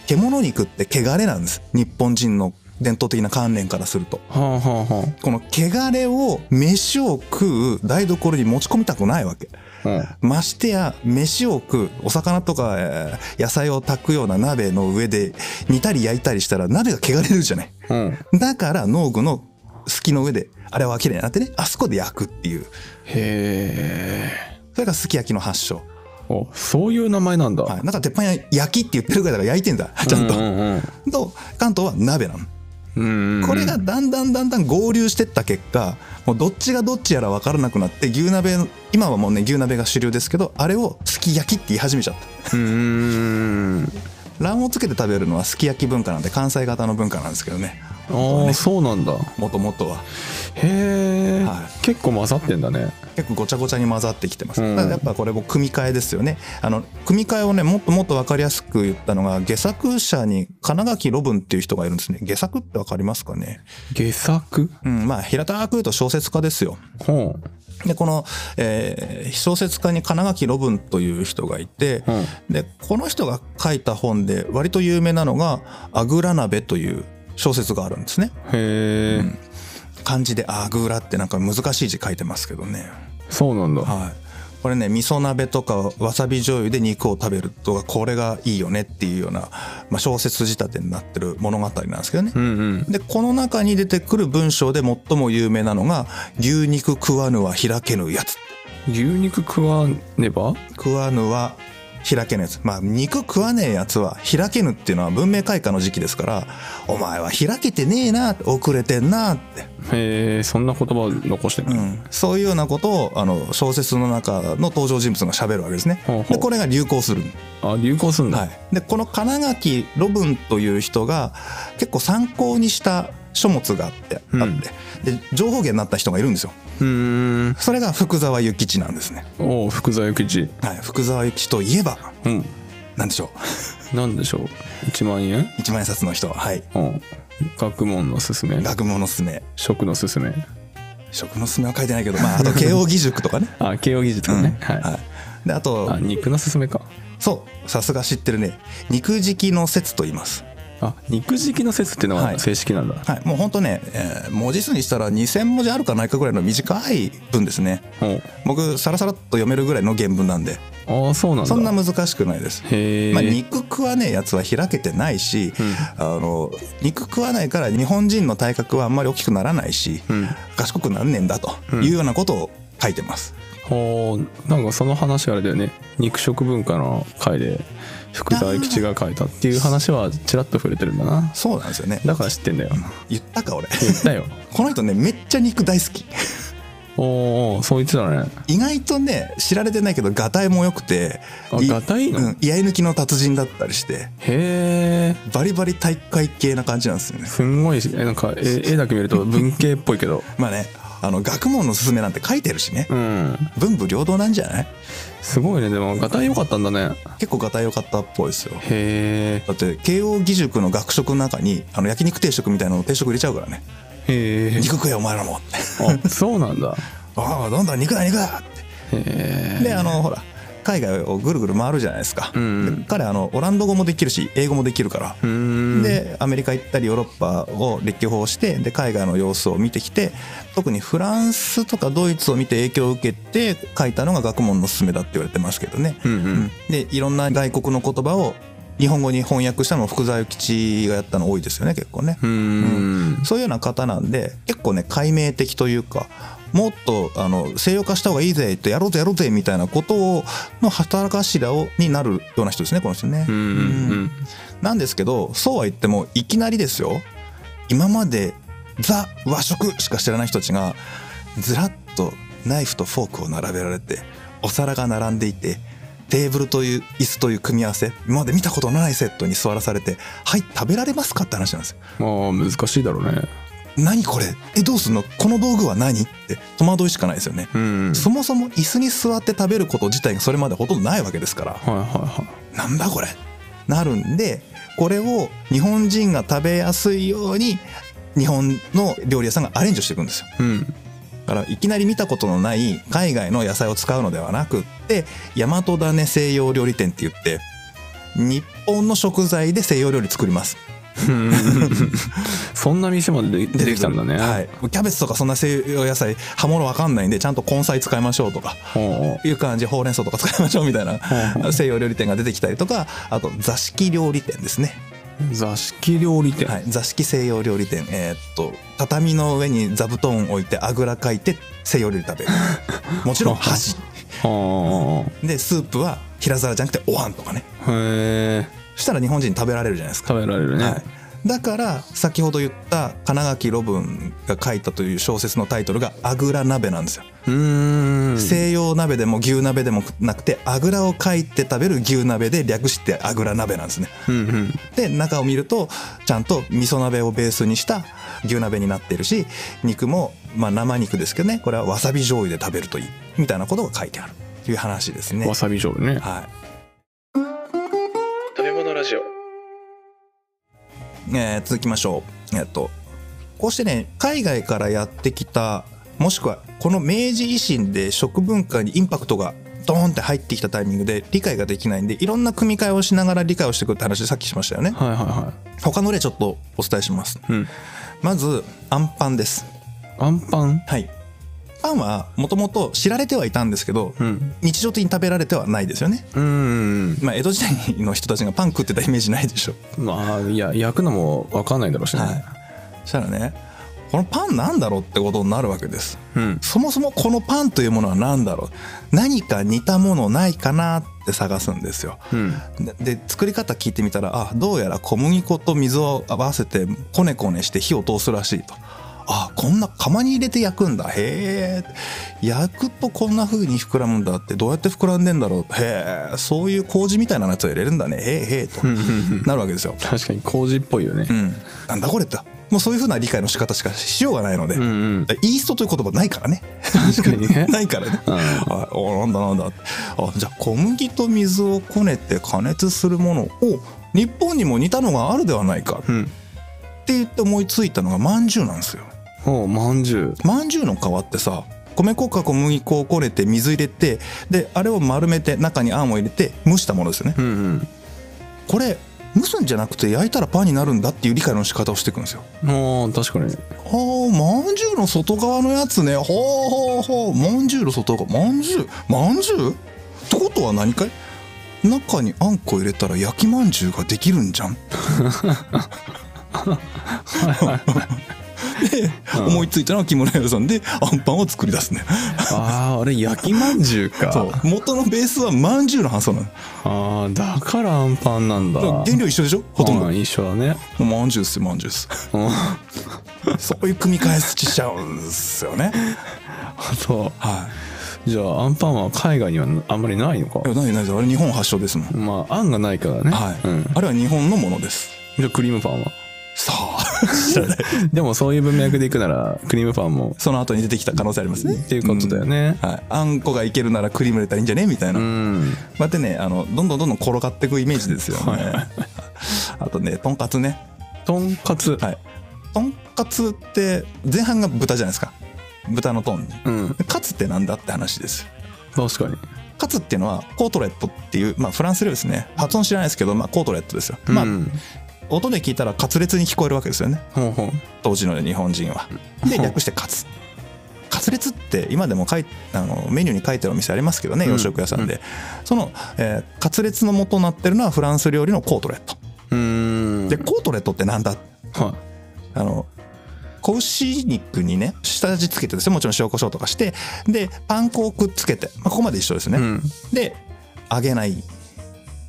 獣肉って汚れなんです日本人の伝統的な観念からするとはあはあはこの汚れを飯を食う台所に持ち込みたくないわけあ。うん。ましてや飯を食うお魚とかえー野菜を炊くような鍋の上で煮たり焼いたりしたら鍋が汚れるじゃないうん。だから農具の隙の上であれはきれいになってねあそこで焼くっていうへえ。それがすき焼きの発祥、お、そういう名前なんだ。はい、なんか鉄板焼きって言ってるぐらいだから焼いてんだちゃんと、うんうんと関東は鍋なのうん。うんうんうんこれが。だんだんだんだん合流してった結果もうどっちがどっちやら分からなくなって牛鍋今はもうね牛鍋が主流ですけどあれをすき焼きって言い始めちゃったうんうんうんうん。卵をつけて食べるのはすき焼き文化なんで関西型の文化なんですけどねああ、そうなんだ。もともとはへえ、は結構混ざってんだね。結構ごちゃごちゃに混ざってきてます、うんだからやっぱこれも組み替えですよねあの組み替えをねもっともっと分かりやすく言ったのが下作者に金垣ロ文っていう人がいるんですね下作って分かりますかね下作うんまあ平たく言うと小説家ですよほでこの、えー小説家に金垣ロ文という人がいて、う。うん。でこの人が書いた本で割と有名なのが「あぐら鍋」という小説があるんですねへえ、漢字で「あぐら」ってなんか難しい字書いてますけどねそうなんだ。はいこれね味噌鍋とかわさび醤油で肉を食べるとかこれがいいよねっていうような、まあ、小説仕立てになってる物語なんですけどねう、んうん。でこの中に出てくる文章で最も有名なのが「牛肉食わぬは開けぬやつ」牛肉食わねば食わぬは開けぬやつ。まあ、肉食わねえやつは開けぬっていうのは文明開化の時期ですから、お前は開けてねえな、遅れてんなって。へえ、そんな言葉を残してんうのん。そういうようなことを、あの、小説の中の登場人物が喋るわけですねほうほ。うで、これが流行する。あ、流行すんだ。はい。で、この金垣ロ文という人が結構参考にした書物があって、あって、うんで、情報源になった人がいるんですよ。うーん。それが福沢諭吉なんですね。おう、福沢諭吉。はい。福沢諭吉といえば、うん。なんでしょなんでしょう。1万円う。一万円札の人。はい。うん。学問のすすめ。学問のすすめ食のすすめ。食のすすめは書いてないけど、まあ、あ と慶応義塾とかねあ、慶応義塾のね。はい。であとあ、肉のすすめか。そうさすが知ってるね肉敷きの説と言います、あ、肉敷きの説っていうのははい正式なんだ。はい、もうほんとね、えー文字数にしたら2,000文字あるかないかぐらいの短い文ですねおう僕さらさらっと読めるぐらいの原文なんでああ、そうなんだ。そんな難しくないですへえ。まあ、肉食わねえやつは開けてないし、あの肉食わないから日本人の体格はあんまり大きくならないし、うん賢くなんねえんだというようなことを書いてます、ほうなんかその話あれだよね肉食文化の回で福沢諭吉が書いたっていう話はちらっと触れてるんだなそうなんですよねだから知ってんだよ言ったか俺言った よこの人ねめっちゃ肉大好きおーおーそう言ってたね意外とね知られてないけどがたいも良くてあいガタイいいのうん、居合抜きの達人だったりしてへえバリバリ体育会系な感じなんですよねすんごいえなんか絵絵だけ見ると文系っぽいけどまあねあの学問のすすめなんて書いてるしねうん文武両道なんじゃないすごいねでもガタイ良かったんだね結構がたい良かったっぽいですよへだって慶応義塾の学食の中にあの焼肉定食みたいなの定食入れちゃうからねえへえ肉食えお前らもあそうなんだああどんどん肉だ肉だってへであのほら海外をぐるぐる回るじゃないですか、うんで彼あのオランダ語もできるし英語もできるから、えうんでアメリカ行ったりヨーロッパを歴訪してで海外の様子を見てきて特にフランスとかドイツを見て影響を受けて書いたのが学問のすすめだって言われてますけどね、うんうんでいろんな外国の言葉を日本語に翻訳したのも福沢諭吉がやったの多いですよね結構ね、うんそういうような方なんで結構ね解明的というかもっとあの西洋化した方がいいぜってやろうぜやろうぜみたいなことをの働かしらをになるような人ですねこの人ね。うんうんなんですけどそうは言ってもいきなりですよ今までザ和食しか知らない人たちがずらっとナイフとフォークを並べられてお皿が並んでいてテーブルという椅子という組み合わせ今まで見たことのないセットに座らされて「はい食べられますか?」って話なんですよ。まあ難しいだろうね何これえどうすんのこの道具は何って戸惑いしかないですよね。うんそもそも椅子に座って食べること自体がそれまでほとんどないわけですからはいはいはなんだこれなるんでこれを日本人が食べやすいように日本の料理屋さんがアレンジをしていくんですよ。いうんだからいきなり見たことのない海外の野菜を使うのではなくって大和種西洋料理店って言って日本の食材で西洋料理作りますそんな店まで出てきたんだねはい、キャベツとかそんな西洋野菜葉物わかんないんでちゃんと根菜使いましょうとかおういう感じほうれん草とか使いましょうみたいな西洋料理店が出てきたりとかあと座敷料理店ですね、座敷料理店、はい、座敷西洋料理店えーっと畳の上に座布団を置いてあぐらかいて西洋料理食べるもちろん箸はでスープは平皿じゃなくてお椀とかねあへえそしたら日本人食べられるじゃないですか、食べられるね、はい、だから先ほど言った金垣ロブンが書いたという小説のタイトルが「あぐら鍋」なんですよ、うーん西洋鍋でも牛鍋でもなくてあぐらをかいて食べる牛鍋で略してあぐら鍋なんですねうんうんで中を見るとちゃんと味噌鍋をベースにした牛鍋になってるし肉も、まあ、生肉ですけどねこれはわさび醤油で食べるといいみたいなことが書いてあるという話ですねわさび醤油ねはい食べ物ラジオえー続きましょう。えっと、こうしてね、海外からやってきた、もしくは、この明治維新で食文化にインパクトがドーンって入ってきたタイミングで理解ができないんで、いろんな組み替えをしながら理解をしていくって話さっきしましたよね。はいはいは他の例ちょっとお伝えします。いうんまず、アンパンです。アンパンはい。パンはもともと知られてはいたんですけど、うん日常的に食べられてはないですよね。うーんまあ、江戸時代の人たちがパン食ってたイメージないでしょ。まあいや焼くのも分かんないだろうしね、はい。そしたらね、このパンなんだろうってことになるわけです。うんそもそもこのパンというものは何だろう何か似たものないかなって探すんですよ。うんでで作り方聞いてみたらあどうやら小麦粉と水を合わせてこねこねして火を通すらしいと。あこんな釜に入れて焼くんだへえ焼くとこんな風に膨らむんだってどうやって膨らんでんだろうへえそういう麹みたいなやつを入れるんだねへえへえとなるわけですよ。確かに麹っぽいよねうん、なんだこれってもうそういう風な理解の仕方しかしようがないので、うんうんイーストという言葉ないからね。確かにねないからね。あおなんだなんだってあじゃあ小麦と水をこねて加熱するものを日本にも似たのがあるではないかっうてん言って思いついたのがまんじゅうなんですよ。おうまんじゅうまんじゅうの皮ってさ米粉か小麦粉をこねて水入れてであれを丸めて中にあんを入れて蒸したものですよね。うんうんこれ蒸すんじゃなくて焼いたらパンになるんだっていう理解の仕方をしていくんですよ。ああ確か にほう、まんじゅうの外側のやつね。ほうほうほう、まんじゅうの外側。まんじゅうまんじゅうってことは何かい中にあんこ入れたら焼きまんじゅうができるんじゃんで、思いついたのは木村屋さんであんパンを作り出すねあああれ焼きまんじゅうかそう元のベースはまんじゅうの発想なのああだからアンパンなんだだから原料一緒でしょほとんどあー一緒だねまんじゅうっすよまんじ ゅうっすうんそういう組み替えしちゃうんですよねあとはいじゃあアンパンは海外にはあんまりないのかいやないないあれ日本発祥ですもんまああんがないからねはい、うん、あれは日本のものです。じゃあクリームパンはさあ、知らない。でもそういう文脈でいくならクリームパンも その後に出てきた可能性ありますね。っていうことだよねうん。はい、あんこがいけるならクリーム入れたらいいんじゃねみたいな。うんまってね、あの、どんどんどんどん転がっていくイメージですよね。 あとね、とんかつね。とんかつ、はい。とんかつって、前半が豚じゃないですか。豚のとんに。うんカツってなんだって話です。確かにカツっていうのはコートレットっていう、まあフランス料理ですね。発音知らないですけど、まあコートレットですよ。まあうん、音で聞いたらカツレツに聞こえるわけですよね。ほうほう当時の日本人は。でうん略してカツ。カツレツって今でも書いあのメニューに書いてるお店ありますけどねうん洋食屋さんで、その、えーカツレツの元になってるのはフランス料理のコートレットうーんでコートレットってなんだはあの子牛肉にね下味つけてですよもちろん塩コショウとかしてでパン粉をくっつけて、まあ、ここまで一緒ですい、ね、うんで揚げない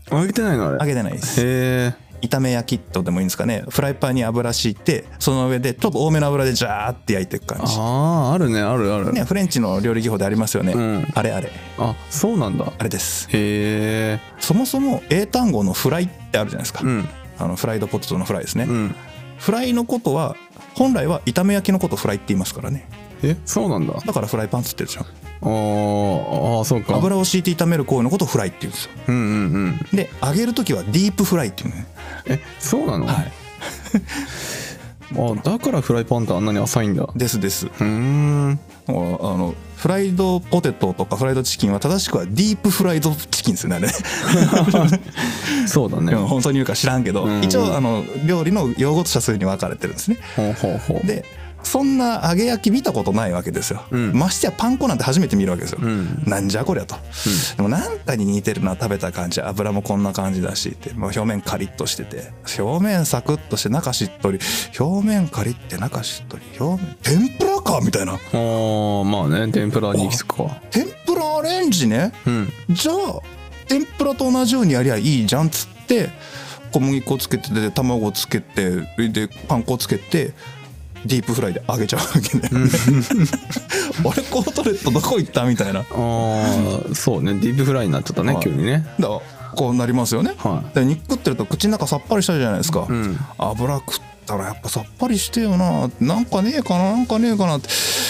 あげてないのあれ揚げてないですへえ炒め焼きとでもいいんですかねフライパンに油敷いてその上でちょっと多めの油でジャーって焼いていく感じ、あああるねあるある、ね、フレンチの料理技法でありますよね、うんあれあれあそうなんだあれですへえそもそも英単語のフライってあるじゃないですか、うんあのフライドポテトのフライですね、うんフライのことは本来は炒め焼きのことをフライって言いますからねえそうなんだあだからフライパンっつってるじゃんーあーそうか油を敷いて炒める行為のことをフライって言うんですようんうんうんで揚げる時はディープフライっていうねえそうなの、はい あだからフライパンってあんなに浅いんだうですですーんだからあのフライドポテトとかフライドチキンは正しくはディープフライドチキンですよねあれ ねそうだね、うん本当に言うか知らんけど、うん一応あの料理の用語とした数に分かれてるんですねほうほうほうでそんな揚げ焼き見たことないわけですよ、うんましてやパン粉なんて初めて見るわけですよ、うんなんじゃこりゃと、でもなんかに似てるな食べた感じ油もこんな感じだしってもう表面カリッとしてて表面サクッとして中しっとり表面カリッて中しっとり表面天ぷらかみたいなあーまあね天ぷらに行き着くか天ぷらアレンジねうんじゃあ天ぷらと同じようにやりゃいいじゃんっつって小麦粉つけてで卵つけてでパン粉つけてディープフライで揚げちゃうわけだよね あれコートレットどこ行ったみたいなだかああそうねディープフライになっちゃったね、はい急にねらこうなりますよね、はいで肉食ってると口の中さっぱりしたじゃないですか、ん油食ったらやっぱさっぱりしてよななんかねえかななんかねえかなって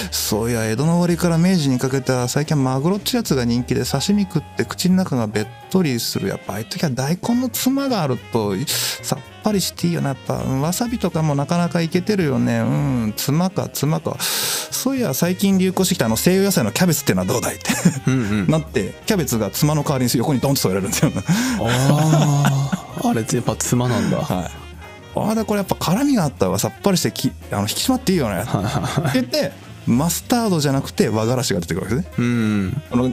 そういや江戸の終わりから明治にかけては最近はマグロっちゅうやつが人気で刺身食って口の中がべっとりするやっぱああいう時は大根のつまがあるとさっぱりしていいよなやっぱうんわさびとかもなかなかいけてるよねうんつまかつまかそういや最近流行してきたあの西洋野菜のキャベツっていうのはどうだいってうんうん なってキャベツがつまの代わりに横にドンと添えられるんですよ あああれってやっぱ妻なんだ ははい、ああだこれやっぱ辛みがあったわさっぱりしてきあの引き締まっていいよねっていは言ってマスタードじゃなくて和がらしが出てくるわけですねいうんあの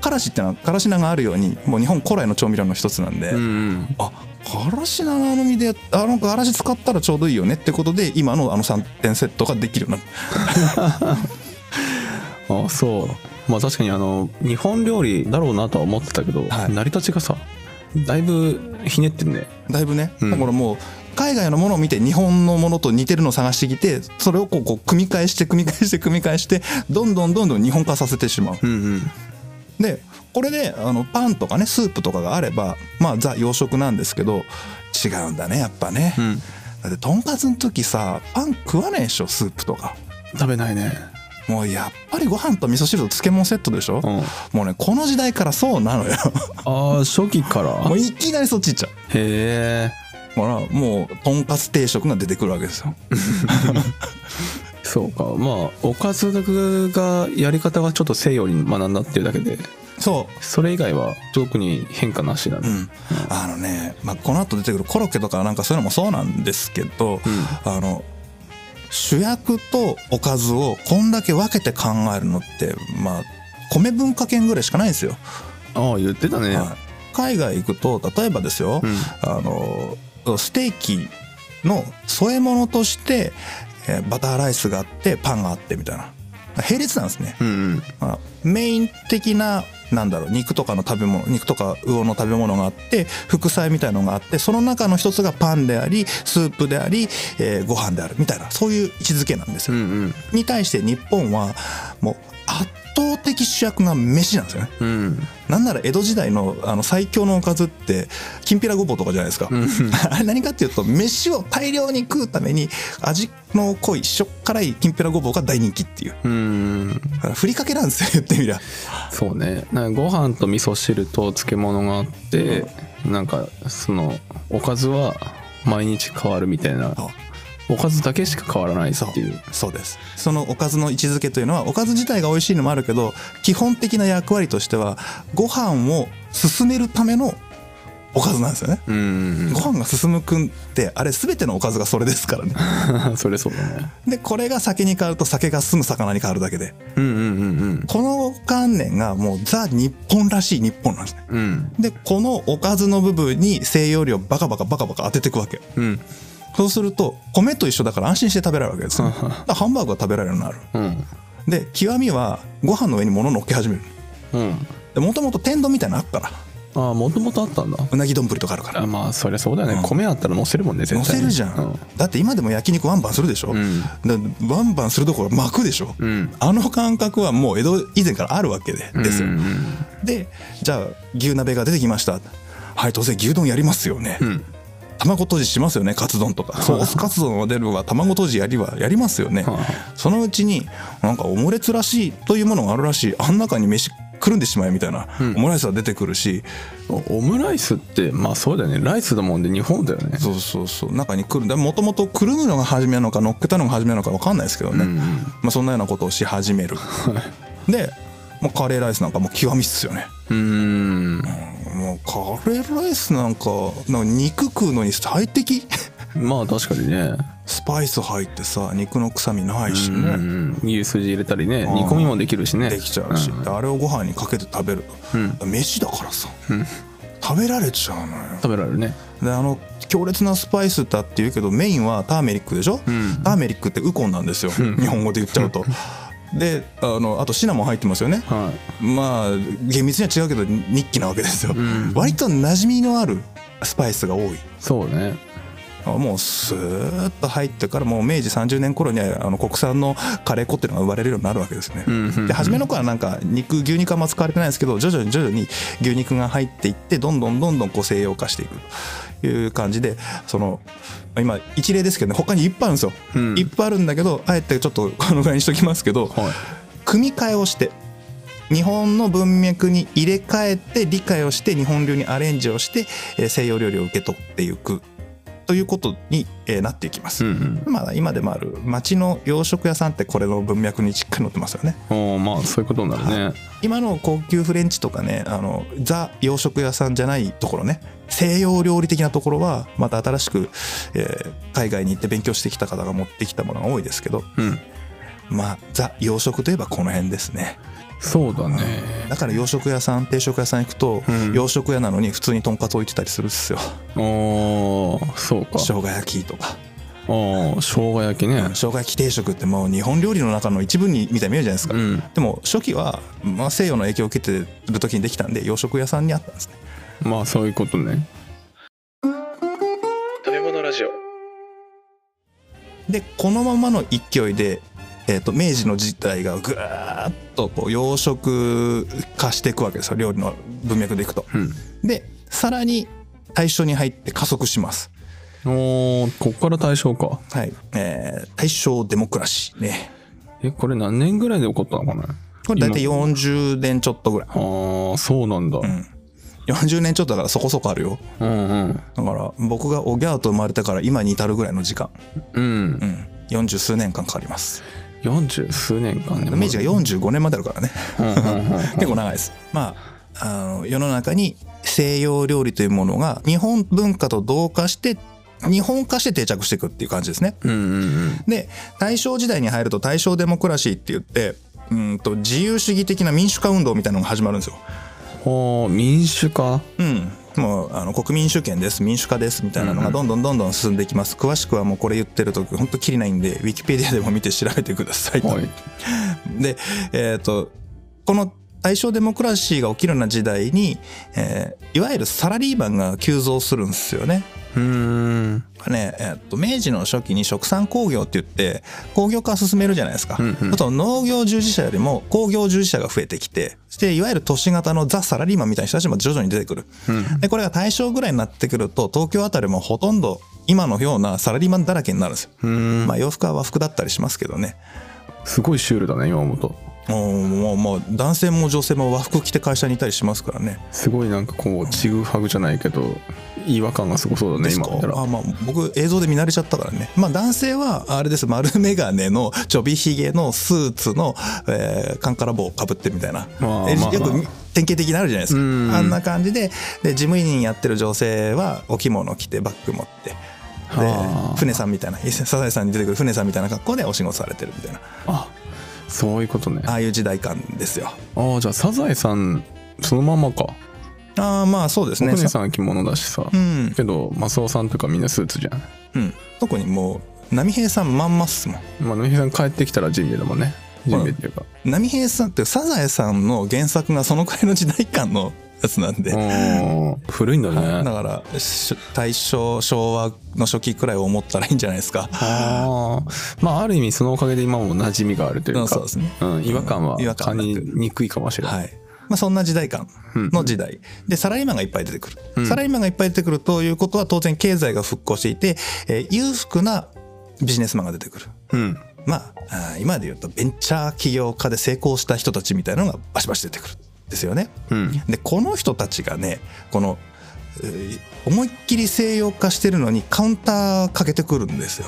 からしってのはからし菜があるようにもう日本古来の調味料の一つなんで、うんうんあからし菜のみであのからし使ったらちょうどいいよねってことで今のあの3点セットができるようになるああそうまあ確かにあの日本料理だろうなとは思ってたけど、はい成り立ちがさだいぶひねってんねだいぶね、うんだからもう海外のものを見て日本のものと似てるのを探してきてそれをこうこう組み返して組み返して組み返してどんどんどんどん日本化させてしまううんうんでこれであのパンとかねスープとかがあればまあザ洋食なんですけど違うんだねやっぱね、うんだってとんかつの時さパン食わねえでしょスープとか食べないねもうやっぱりご飯と味噌汁と漬物セットでしょ、うんもうねこの時代からそうなのよああ初期から もういきなりそっち行っちゃへえうほらもうとんかつ定食が出てくるわけですよそうかまあおかずがやり方がちょっと西洋に学んだっていうだけでそうそれ以外は特に変化なしだね、うん、あのね、まあ、この後出てくるコロッケとかなんかそういうのもそうなんですけど、あの主役とおかずをこんだけ分けて考えるのってまあ米文化圏ぐらいしかないんですよ。ああ言ってたね、はい海外行くと例えばですよ、うんあのステーキの添え物として、えーバターライスがあってパンがあってみたいな並列なんですね。うんうんあメイン的ななんだろう肉とかの食べ物肉とか魚の食べ物があって副菜みたいのがあってその中の一つがパンでありスープであり、えーご飯であるみたいなそういう位置づけなんですうよ、んに対して日本はもう圧倒的主役が飯なんですよねうんうんなんなら江戸時代のあの最強のおかずってきんぴらごぼうとかじゃないですか、 あれ何かっていうと飯を大量に食うために味の濃いしょっ辛いきんぴらごぼうが大人気っていううんだからふりかけなんですよ言ってみりゃそうねなんかご飯と味噌汁と漬物があって、なんかそのおかずは毎日変わるみたいなそうおかずだけしか変わらないそうっていうそうですそのおかずの位置づけというのはおかず自体が美味しいのもあるけど基本的な役割としてはご飯を進めるためのおかずなんですよね、うんうん ご飯が進むくんってあれ全てのおかずがそれですからねうんそれそうだねでこれが酒に変わると酒が進む魚に変わるだけでうんうんうんこの観念がもうザ日本らしい日本なんですねうんうんでこのおかずの部分に西洋料をバカバカバカバカ当てていくわけうんそうすると米と一緒だから安心して食べられるわけですよ、ね、だからハンバーグが食べられるようになるうんで極みはご飯の上に物乗っけ始めるうんでもともと天丼みたいなのあっからああもともとあったんだうなぎ丼とかあるからあまあそりゃそうだよね、米あったら乗せるもんね絶対乗せるじゃん、うんだって今でも焼肉ワンバンするでしょ、んだワンバンするどころか巻くでしょ、んあの感覚はもう江戸以前からあるわけでですよ、うんうんでじゃあ牛鍋が出てきましたはい当然牛丼やりますよね、卵とじしますよねカツ丼とかソースカツ丼は出るわ卵とじやりはやりますよね、はそのうちになんかオムレツらしいというものがあるらしいあん中に飯くるんでしまえみたいな、オムライスは出てくるしオムライスってまあそうだよねライスだもんで日本だよねそうそうそう中にくるもともとくるむのが初めなのか乗っけたのが初めなのか分かんないですけどね、まあ、そんなようなことをし始めるで、まあ、カレーライスなんかもう極みっすよねうーんもうカレーライスなんかなんか肉食うのに最適 まあ確かにねスパイス入ってさ肉の臭みないしうね、ん牛すじ入れたりね煮込みもできるしねできちゃうし、であれをご飯にかけて食べると、飯だからさ、食べられちゃうのよ食べられるねであの強烈なスパイスだって言うけどメインはターメリックでしょ、ターメリックってウコンなんですよ、日本語で言っちゃうとであのあとシナモン入ってますよね、はまあ厳密には違うけど日記なわけですよ、割と馴染みのあるスパイスが多いそうねあもうスーッと入ってからもう明治30年頃にはあの国産のカレー粉っていうのが生まれるようになるわけですね、んうんうんで初めの頃はなんか肉牛肉はあんま使われてないですけど徐々に徐々に牛肉が入っていってどんどんどんどんこう西洋化していくという感じでその今一例ですけどね他にいっぱいあるんですよ、うんいっぱいあるんだけどあえてちょっとこのぐらいにしときますけど、はい組み替えをして日本の文脈に入れ替えて理解をして日本流にアレンジをしてえー西洋料理を受け取っていくということにえーなっていきまうす、んまあ今でもある町の洋食屋さんってこれの文脈にしっかり載ってますよねうんおーまあそういうことになるね、今の高級フレンチとかねあのザ洋食屋さんじゃないところね西洋料理的なところはまた新しく、えー海外に行って勉強してきた方が持ってきたものが多いですけどうんまあザ洋食といえばこの辺ですねそうだねだから洋食屋さん定食屋さん行くと、うん洋食屋なのに普通にとんかつ置いてたりするっすよおーそうか生姜焼きとかおー生姜焼きね生姜焼き定食ってもう日本料理の中の一部にみたいに見えるじゃないですか、うんでも初期は、まあ、西洋の影響を受けてる時にできたんで洋食屋さんにあったんですねまあそういうことね食べ物ラジオでこのままの勢いで、えー、と明治の時代がぐーっとこう洋食化していくわけですよ料理の文脈でいくとうんでさらに大正に入って加速しますおーこっから対象かはい、えー大正デモクラシーねえこれ何年ぐらいで起こったのかなこれ大体40年ちょっとぐらい。あーそうなんだ、 40年ちょっとだからそこそこあるよ。うんうんだから僕がおぎゃーと生まれてから今に至るぐらいの時間。うんうん。40数年間かかります。 40数年間ね明治が45年まであるからね。うんうんうん結構長いです。まあ、あの世の中に西洋料理というものが日本文化と同化して、日本化して定着していくっていう感じですね。うんうんうんで、大正時代に入ると大正デモクラシーって言って、うんと自由主義的な民主化運動みたいなのが始まるんですよ。おー民主化うん、もうあの国民主権です民主化ですみたいなのがどんどんどんどん進んでいきます、詳しくはもうこれ言ってると本当きりないんでウィキペディアでも見て調べてくださいと、はいでえっ、とこの大正デモクラシーが起きるような時代に、えーいわゆるサラリーマンが急増するんですよね。うーんねえっと明治の初期に食産工業って言って工業化を進めるじゃないですか、んうんあと農業従事者よりも工業従事者が増えてきてそしていわゆる都市型のザ・サラリーマンみたいな人たちも徐々に出てくる、でこれが大正ぐらいになってくると東京あたりもほとんど今のようなサラリーマンだらけになるんですよ、うーんまあ洋服は和服だったりしますけどねすごいシュールだね今思うともうもうもう男性も女性も和服着て会社にいたりしますからねすごいなんかこうちぐはぐじゃないけど違和感がすごそうだねです今か見たらあまあ僕映像で見慣れちゃったからねまあ男性はあれです丸眼鏡のちょびひげのスーツの、えーカンカラ帽をかぶってみたいな、まあえまあよくまあ典型的になるじゃないですかうんあんな感じでで事務員やってる女性はお着物着てバッグ持ってではあ船さんみたいなサザエさんに出てくる船さんみたいな格好でお仕事されてるみたいなあそういうことねああいう時代感ですよああじゃあサザエさんそのままかああまあそうですね船さんは着物だしさ、うんけどマスオさんとかみんなスーツじゃんうん、特にもう波平さんまんまっすもんまあ野平さん帰ってきたらジンベエだもんねジンベエっていうか、波平さんってサザエさんの原作がそのくらいの時代感のやつなんで、うん古いんだね。だからし大正昭和の初期くらいを思ったらいいんじゃないですかあーまあ、ある意味そのおかげで今も馴染みがあるといううんか、そうですねうん、違和感は違和感感なくじにくいかもしれない。はい。まあ、そんな時代感の時代。で、サラリーマンがいっぱい出てくる。サラリーマンがいっぱい出てくるということは、当然経済が復興していて、えー裕福なビジネスマンが出てくる。うん。まあ、あー今で言うとベンチャー起業家で成功した人たちみたいなのがバシバシ出てくる。ですよね。うん。で、この人たちがね、この、えー思いっきり西洋化してるのにカウンターかけてくるんですよ。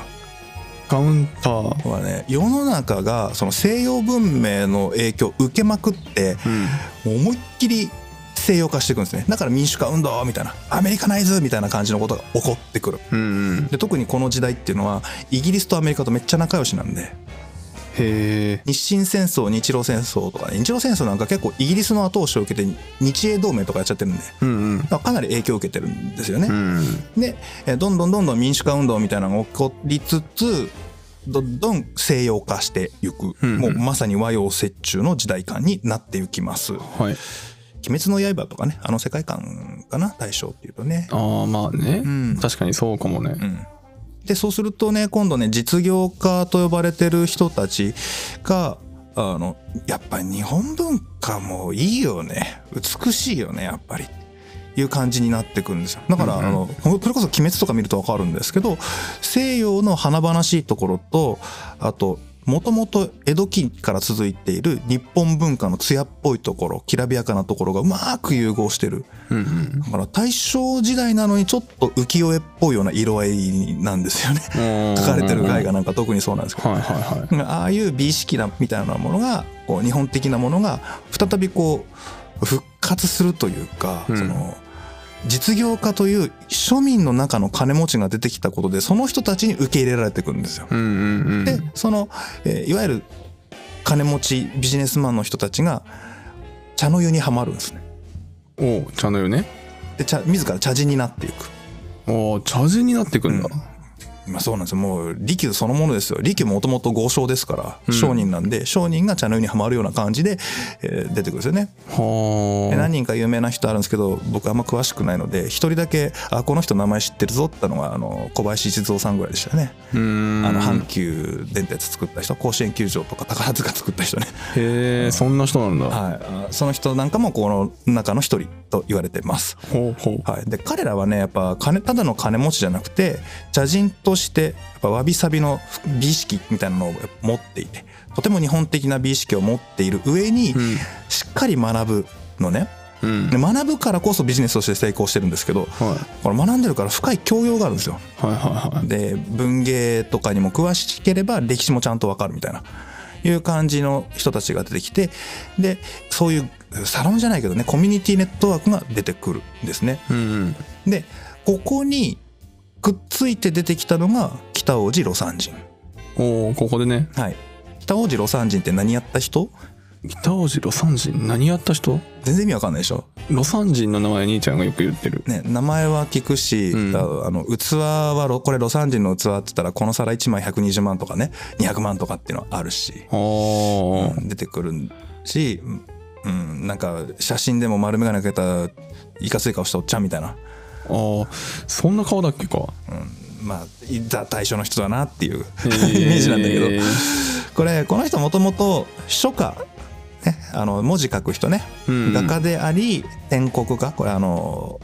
カウンター。これはね、世の中がその西洋文明の影響を受けまくって、うん。もう思いっきり西洋化していくんですねだから民主化運動みたいなアメリカナイズみたいな感じのことが起こってくるうんうん。で特にこの時代っていうのはイギリスとアメリカとめっちゃ仲良しなんでへえ。日清戦争日露戦争とかね日露戦争なんか結構イギリスの後押しを受けて日英同盟とかやっちゃってるんでうんうん。だからかなり影響を受けてるんですよね、うん。でえーどんどんどんどん民主化運動みたいなのが起こりつつどんどん西洋化していく、うんうんもうまさに和洋折衷の時代感になっていきますはい。鬼滅の刃とかね、あの世界観かな、大正っていうとね。ああ、まあね、ん確かにそうかもね。うん。で、そうするとね、今度ね、実業家と呼ばれてる人たちが、あの、やっぱり日本文化もいいよね。美しいよね、やっぱり。いう感じになってくるんですよ。だから、うんうんあの、それこそ鬼滅とか見るとわかるんですけど、西洋の華々しいところと、あと、もともと江戸期から続いている日本文化の艶っぽいところ、きらびやかなところがうまく融合してる。うんうん。だから大正時代なのにちょっと浮世絵っぽいような色合いなんですよね。書書かれてる絵が。画なんか特にそうなんですけはいはいはい。ど。ああいう美意識なみたいなものが、こう日本的なものが再びこう復活するというか、うんその実業家という庶民の中の金持ちが出てきたことで、その人たちに受け入れられていくんですよ。うんうんうん。で、その、えーいわゆる金持ちビジネスマンの人たちが茶の湯にはまるんですね。おう茶の湯ね。で、茶、自ら茶人になっていく。おう茶人になってくんだ。まあそうなんですよ。もう、利休そのものですよ。利休もともと豪商ですから、うん商人なんで、商人が茶の湯にはまるような感じで、えー出てくるんですよね。では何人か有名な人あるんですけど、僕あんま詳しくないので、一人だけ、あ、この人名前知ってるぞってのが、あの、小林静夫さんぐらいでしたね。あ。うん。あの、阪急電鉄作った人、甲子園球場とか宝塚作った人ね。へえ、そんな人なんだ。はいあ。その人なんかもこの中の一人と言われてます。ほうほう。はい、で彼らはねやっぱ金ただの金持ちじゃなくて茶人としてやっぱわびさびの美意識みたいなのを持っていてとても日本的な美意識を持っている上に、うんしっかり学ぶのねうん。で学ぶからこそビジネスとして成功してるんですけどはいこれ学んでるから深い教養があるんですよ。はいはいはい。で文芸とかにも詳しければ歴史もちゃんとわかるみたいないう感じの人たちが出てきてでそういうサロンじゃないけどねコミュニティネットワークが出てくるんですね。うんでここにくっついて出てきたのが北王子魯山人うん。おおここでね。はい北王子魯山人って何やった人北王子魯山人何やった人全然意味わかんないでしょ、魯山人の名前兄ちゃんがよく言ってる。ね、名前は聞くし、うんああの器はろこれ魯山人の器って言ったらこの皿1枚120万とかね200万とかっていうのはあるし、ああ。出てくるし、うん、なんか写真でも丸眼鏡かけたいかつい顔したおっちゃんみたいな、ああ。そんな顔だっけか。うん、まあザ対象の人だなっていう イイメメージなんだけど。これこの人もともと書家、ね、あの文字書く人ね、うんうん画家であり篆刻家これあの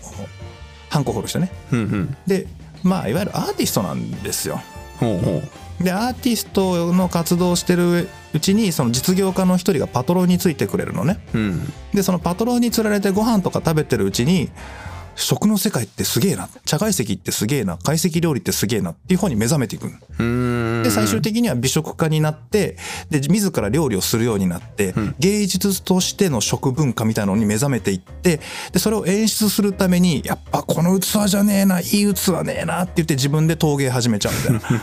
ハンコ彫る人ねうんうん。でまあいわゆるアーティストなんですよほうほでアーティストの活動をしてるうちにその実業家の一人がパトロンについてくれるのねう。うん。でそのパトロンに釣られてご飯とか食べてるうちに食の世界ってすげえな茶懐石ってすげえな懐石料理ってすげえなっていう方に目覚めていくのうーん。で最終的には美食家になってで自ら料理をするようになって、芸術としての食文化みたいなのに目覚めていってでそれを演出するためにやっぱこの器じゃねえないい器ねえなって言って自分で陶芸始めちゃうみたいな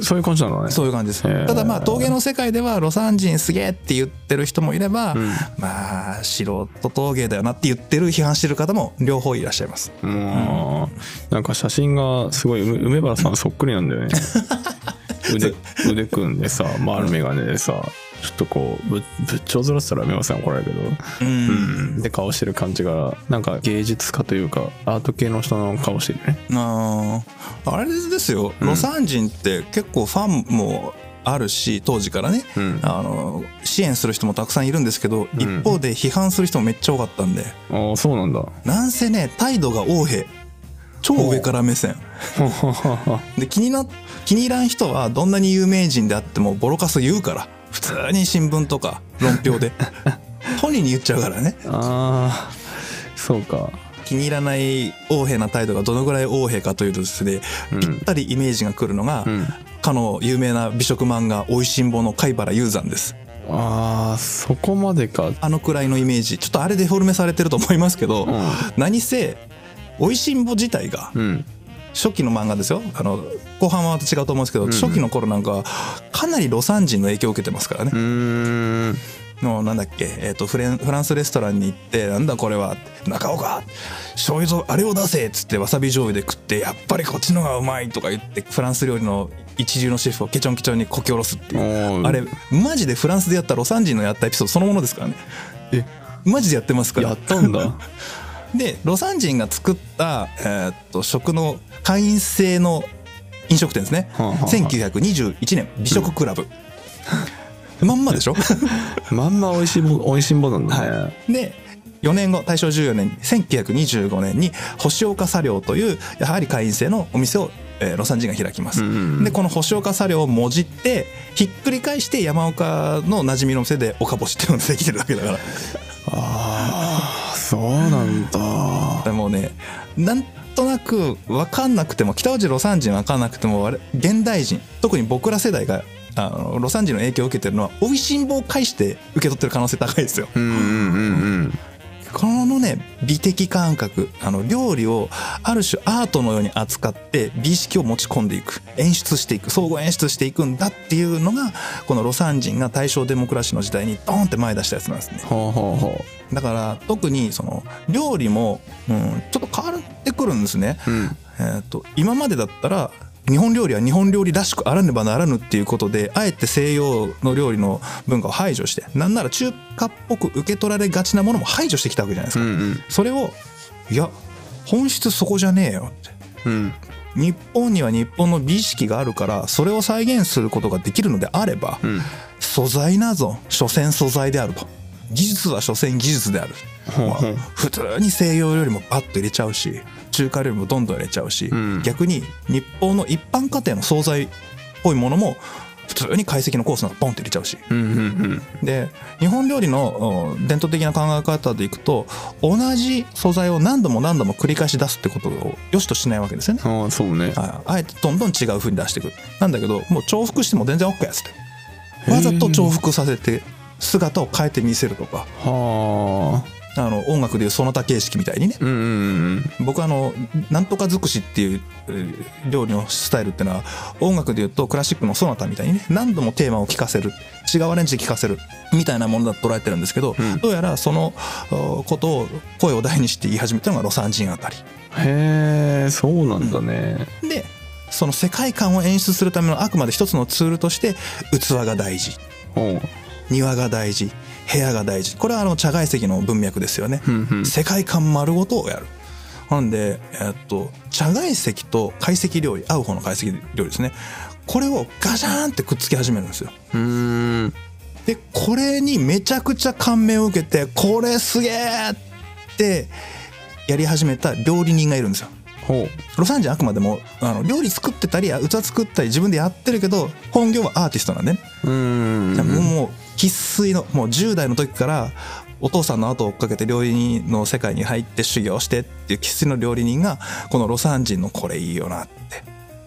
そういう感じなのね。そういう感じです。へーただまあ陶芸の世界では魯山人すげえって言ってる人もいれば、まあ素人陶芸だよなって言ってる批判してる方も両方いらっしゃいます。うーん。なんか写真がすごい梅梅 原さんそっくりなんだよね。腕腕組んでさ丸眼鏡でさちょっとこうぶ仏頂ずらしたら美馬さん怒られるけどうんって顔してる感じがなんか芸術家というかアート系の人の顔してるねあーあれですよ、うんロサン人って結構ファンもあるし当時からねうんあの支援する人もたくさんいるんですけど、うん一方で批判する人もめっちゃ多かったんでああそうなん だなんせね態度が横柄超上から目線で気にな気に入らん人はどんなに有名人であってもボロカス言うから普通に新聞とか論 評で本人に言っちゃうからねああそうか気に入らない横柄な態度がどのぐらい横柄かというとですね、うんぴったりイメージが来るのが、うんかの有名な美食漫画「おいしんぼ」の貝原雄山ですああそこまでかあのくらいのイメージちょっとあれデフォルメされてると思いますけど、うん何せ「おいしんぼ」自体がうん初期の漫画ですよあの後半はまた違うと思うんですけど、うん初期の頃なんかはかなり魯山人の影響を受けてますからねう、ーんのなんだっけ、えー、とフレンフランスレストランに行って「なんだこれは中岡醤油とあれを出せ」っつってわさび醤油で食って「やっぱりこっちのがうまい」とか言ってフランス料理の一流のシェフをケチョンケチョンにこき下ろすっていうおーあれマジでフランスでやったロサン人のやったエピソードそのものですからねえマジでやってますからやったんだ でロサン人が作った、えーっと食の会員制の飲食店ですね、はあはあはあ1921年美食クラブ、まんまでしょまんま美味しいぼ美味しんぼなんだね、で4年後大正14年1925年に星岡茶寮というやはり会員制のお店を、えーロサン人が開きます、うんうんうんでこの星岡茶寮をもじってひっくり返して山岡の馴染みの店で岡星っていうのができてるだけだからああそうなんだで もうねなんとなく分かんなくても北内魯山人分かんなくても我々現代人特に僕ら世代があの魯山人の影響を受けてるのは美味しんぼを介して受け取ってる可能性高いですよ。うんうんうんうんこのね美的感覚あの料理をある種アートのように扱って美意識を持ち込んでいく演出していく相互演出していくんだっていうのがこの魯山人が大正デモクラシーの時代にドーンって前に出したやつなんですね。ほうほうほだから特にその料理も、うん、ちょっと変わってくるんですね。ううんえー、と今までだったら日本料理は日本料理らしくあらねばならぬっていうことであえて西洋の料理の文化を排除してなんなら中華っぽく受け取られがちなものも排除してきたわけじゃないですうか、んそれをいや本質そこじゃねえよってうん日本には日本の美意識があるからそれを再現することができるのであれば、うん素材なぞ所詮素材であると技術は所詮技術である、ほうほうまあ普通に西洋よりもバッと入れちゃうし中華料理もどんどん入れちゃうし、ん逆に日本の一般家庭の惣菜っぽいものも普通に懐石のコースなんかポンって入れちゃうしうんうんで日本料理のうん伝統的な考え方でいくと同じ素材を何度も何度も繰り返し出すってことを良しとしないわけですよね。うんああそうねああえてどんどん違う風に出してくるなんだけどもう重複しても全然 OK やつってわざと重複させて姿を変えて見せるとかはああの音楽でいうその他形式みたいにねうんうん僕あのなんとか尽くしっていうえー料理のスタイルってのは音楽でいうとクラシックのそなたみたいにね何度もテーマを聴かせる違うアレンジで聴かせるみたいなものだと捉えてるんですけど、うんどうやらそのおことを声を大にして言い始めたのが魯山人あたり。うんへえそうなんだねでその世界観を演出するためのあくまで一つのツールとして器が大事ほう庭が大事部屋が大事これはあの茶外石の文脈ですよね、うんうん世界観丸ごとをやるなんで、えっと、茶外石と懐石料理合う方の懐石料理ですねこれをガシャーンってくっつけ始めるんですようーんでこれにめちゃくちゃ感銘を受けてこれすげえってやり始めた料理人がいるんですよほロサンジンあくまでもあの料理作ってたりあ器作ったり自分でやってるけど本業はアーティストなんで、ねううーんもう生粋のもう10代の時からお父さんの後を追っかけて料理人の世界に入って修行してっていう生粋の料理人がこのロサンジンのこれいいよなって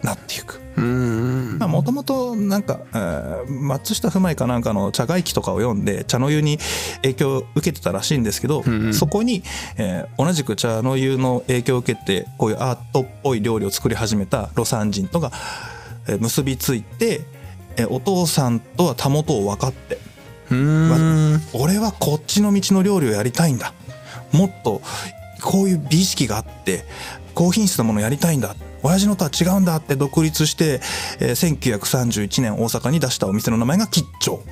なっていく。うーんまあもともとなんか、えー松下不昧かなんかの茶外記とかを読んで茶の湯に影響を受けてたらしいんですけど、うんうんそこに、えー同じく茶の湯の影響を受けてこういうアートっぽい料理を作り始めた魯山人とが、えー結びついて、えーお父さんとはたもとを分かってうーん俺はこっちの道の料理をやりたいんだもっとこういう美意識があって高品質なものをやりたいんだ親父のとは違うんだって独立して、えー1931年大阪に出したお店の名前が吉兆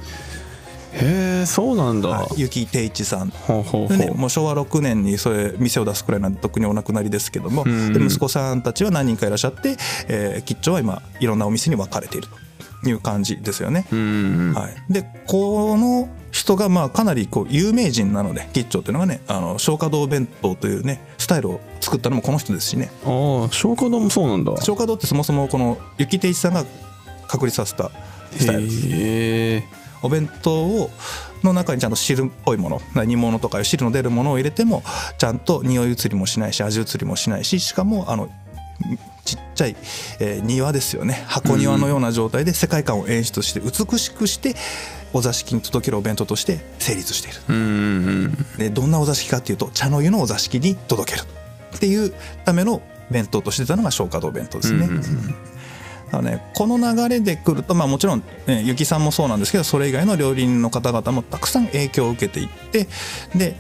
へえそうなんだ、はい、結城定一さんほうほうほう、でね、もう昭和6年にそれ店を出すくらいなんで特にお亡くなりですけども、うんで息子さんたちは何人かいらっしゃって、えー、吉兆は今いろんなお店に分かれているという感じですよね。うんはい、でこの人がまあかなりこう有名人なので吉兆というのがねあの松花堂弁当というねスタイルを作ったのもこの人ですしねああ消化丼もそうなんだ松花堂ってそもそもこの雪定一さんが確立させたスタイルです。へえお弁当をの中にちゃんと汁っぽいもの煮物とかいう汁の出るものを入れてもちゃんと匂い移りもしないし味移りもしないししかもあのちっちゃい、えー庭ですよね箱庭のような状態で世界観を演出して美しくしてお座敷に届けるお弁当として成立しているうんうんうんでどんなお座敷かっていうと茶の湯のお座敷に届けるっていうための弁当としてたのが松花堂弁当ですうね。んうんうんだからね、この流れで来ると、まあ、もちろん、ね、ゆきさんもそうなんですけどそれ以外の料理人の方々もたくさん影響を受けていってで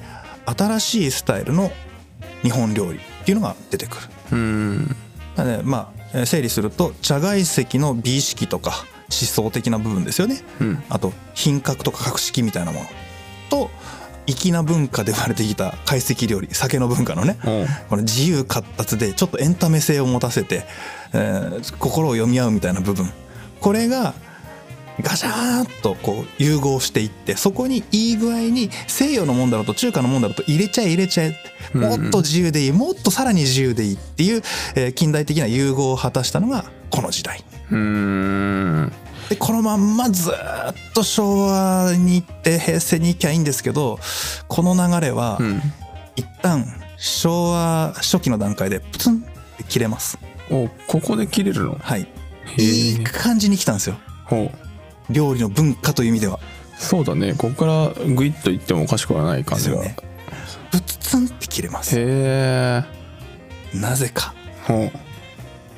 新しいスタイルの日本料理っていうのが出てくうる。んだからねまあえー整理すると茶外石の美意識とか思想的な部分ですよね、うんあと品格とか格式みたいなものと粋な文化で生まれてきた懐石料理酒の文化のねおうこの自由活発でちょっとエンタメ性を持たせて、えー心を読み合うみたいな部分これがガシャーッとこう融合していってそこにいい具合に西洋のもんだろうと中華のもんだろうと入れちゃえ入れちゃえうんうんもっと自由でいいもっとさらに自由でいいっていう、えー近代的な融合を果たしたのがこの時代。うんでこのまんまずーっと昭和に行って平成に行きゃいいんですけどこの流れはうん一旦昭和初期の段階でプツンって切れますおここで切れるのはいへえいい感じに来たんですよおう料理の文化という意味ではそうだねここからグイッといってもおかしくはない感ですじよが、ねプツンって切れますへえなぜかおう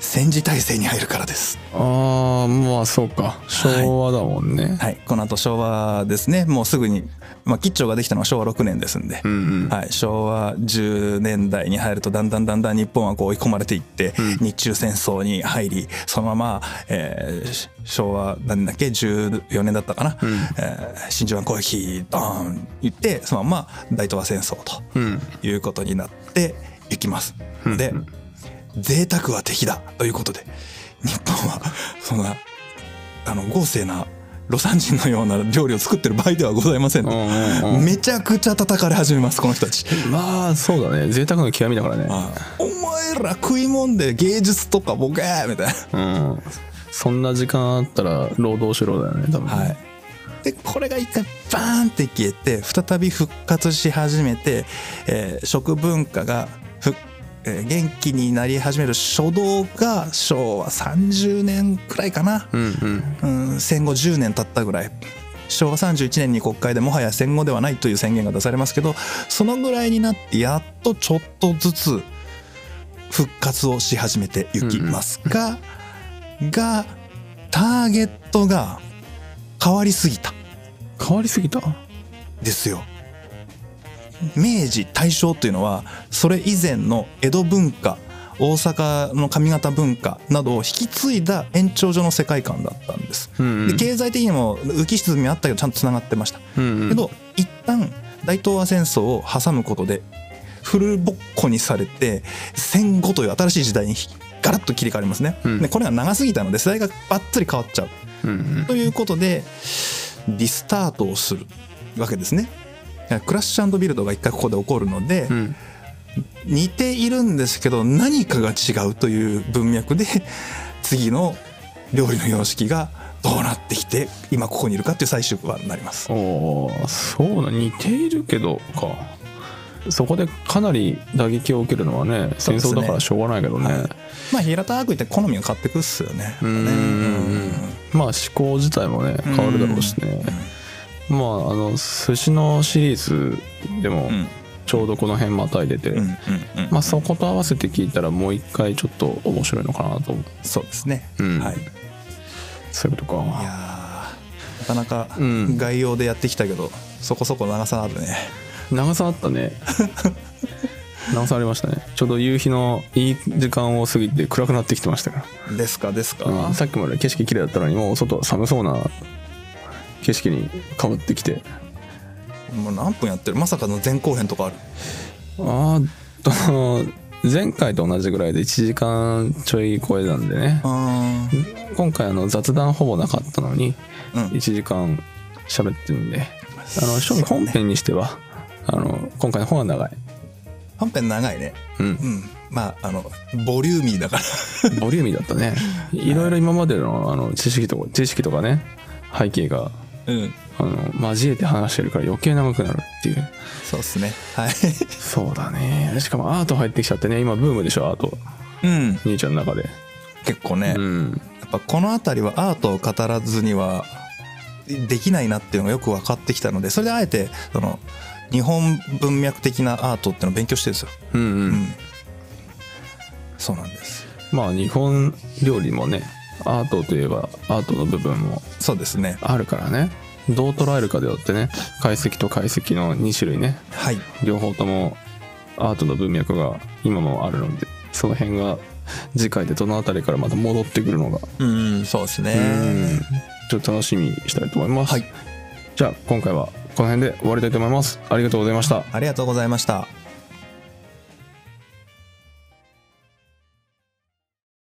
戦時体制に入るからですああまあそうか昭和だもんね、はいこの後昭和ですねもうすぐに、まあ、吉兆ができたのは昭和6年ですんでう、んうんはい、昭和10年代に入るとだんだんだんだん日本はこう追い込まれていって、うん日中戦争に入りそのまま、えーし昭和なんだっけ14年だったかな、うんえー真珠湾攻撃ドーン言ってそのまま大東亜戦争とうんいうことになっていきます。うんで贅沢は敵だということで日本は そんなあの豪勢な魯山人のような料理を作ってる場合ではございませんうと。んうんうんめちゃくちゃ叩かれ始めますこの人たち。まあそうだね贅沢の極みだからねお前ら食いもんで芸術とかボケーみたいな。うんそんな時間あったら労働しろだよね多分はい、でこれが一回バーンって消えて再び復活し始めて、えー食文化がふ、えー元気になり始める初動が昭和30年くらいかな、うんうんうん、戦後10年経ったぐらい。昭和31年に国会でもはや戦後ではないという宣言が出されますけどそのぐらいになってやっとちょっとずつ復活をし始めていきますが、がターゲットが変わりすぎたん変わりすぎたですよ。明治大正というのはそれ以前の江戸文化大阪の上方文化などを引き継いだ延長上の世界観だったんです。うんうんで経済的にも浮き沈みあったけどちゃんとつながってました、うんうんけど一旦大東亜戦争を挟むことでフルボッコにされて戦後という新しい時代にガラッと切り替わりますね、うんでこれが長すぎたので世代がバッツリ変わっちゃううんうんということでリスタートをするわけですねクラッシュビルドが一回ここで起こるので、うん似ているんですけど何かが違うという文脈で 次の料理の様式がどうなってきて今ここにいるかっていう最終話になります。おーそうな似ているけどかそこでかなり打撃を受けるのはねそう戦です争ねだからしょうがないけどねはいまあ平たく言って好みが変わってくっすよね。うーんまあ思考自体もね変わるだろうしねまああの寿司のシリーズでもうんちょうどこの辺またいでて、うんうんうんまあそこと合わせて聞いたらもう一回ちょっと面白いのかなと思うそうですね。うんはい。いそういうことやかーなかなかうん概要でやってきたけどそこそこ長さあるね。長さあった ね長さありましたねちょうど夕日のいい時間を過ぎて暗くなってきてましたからですかですか。うんさっきまで景色綺麗だったのにもう外は寒そうな景色に変わってきてもう何分やってるまさかの前後編とかあるあーっと前回と同じぐらいで1時間ちょい超えなんでねあ今回あの雑談ほぼなかったのにうん1時間喋ってるんで、あの正味本編にしてはあの今回の方は長い本編長いねうんうんまああのボリューミーだから ボリューミーだった ねいろいろ今までのあの知識とか知識とかね背景がうんあの交えて話してるから余計長くなるっていうそうっすねはいそうだねしかもアート入ってきちゃってね今ブームでしょアート うん兄ちゃんの中で結構ね、うやんっぱこの辺りはアートを語らずにはできないなっていうのがよく分かってきたのでそれであえてその日本文脈的なアートっていうのを勉強してるんですよ、うんううんんそうなんですまあ日本料理もねアートといえばアートの部分もそうですねあるからねどう捉えるかでよってね解析と解析の2種類ねはい両方ともアートの文脈が今もあるのでその辺が次回でどの辺りからまた戻ってくるのがうんそうですねうんちょっと楽しみにしたいと思います、はいじゃあ今回はこの辺で終わりたいと思いますありがとうございましたありがとうございました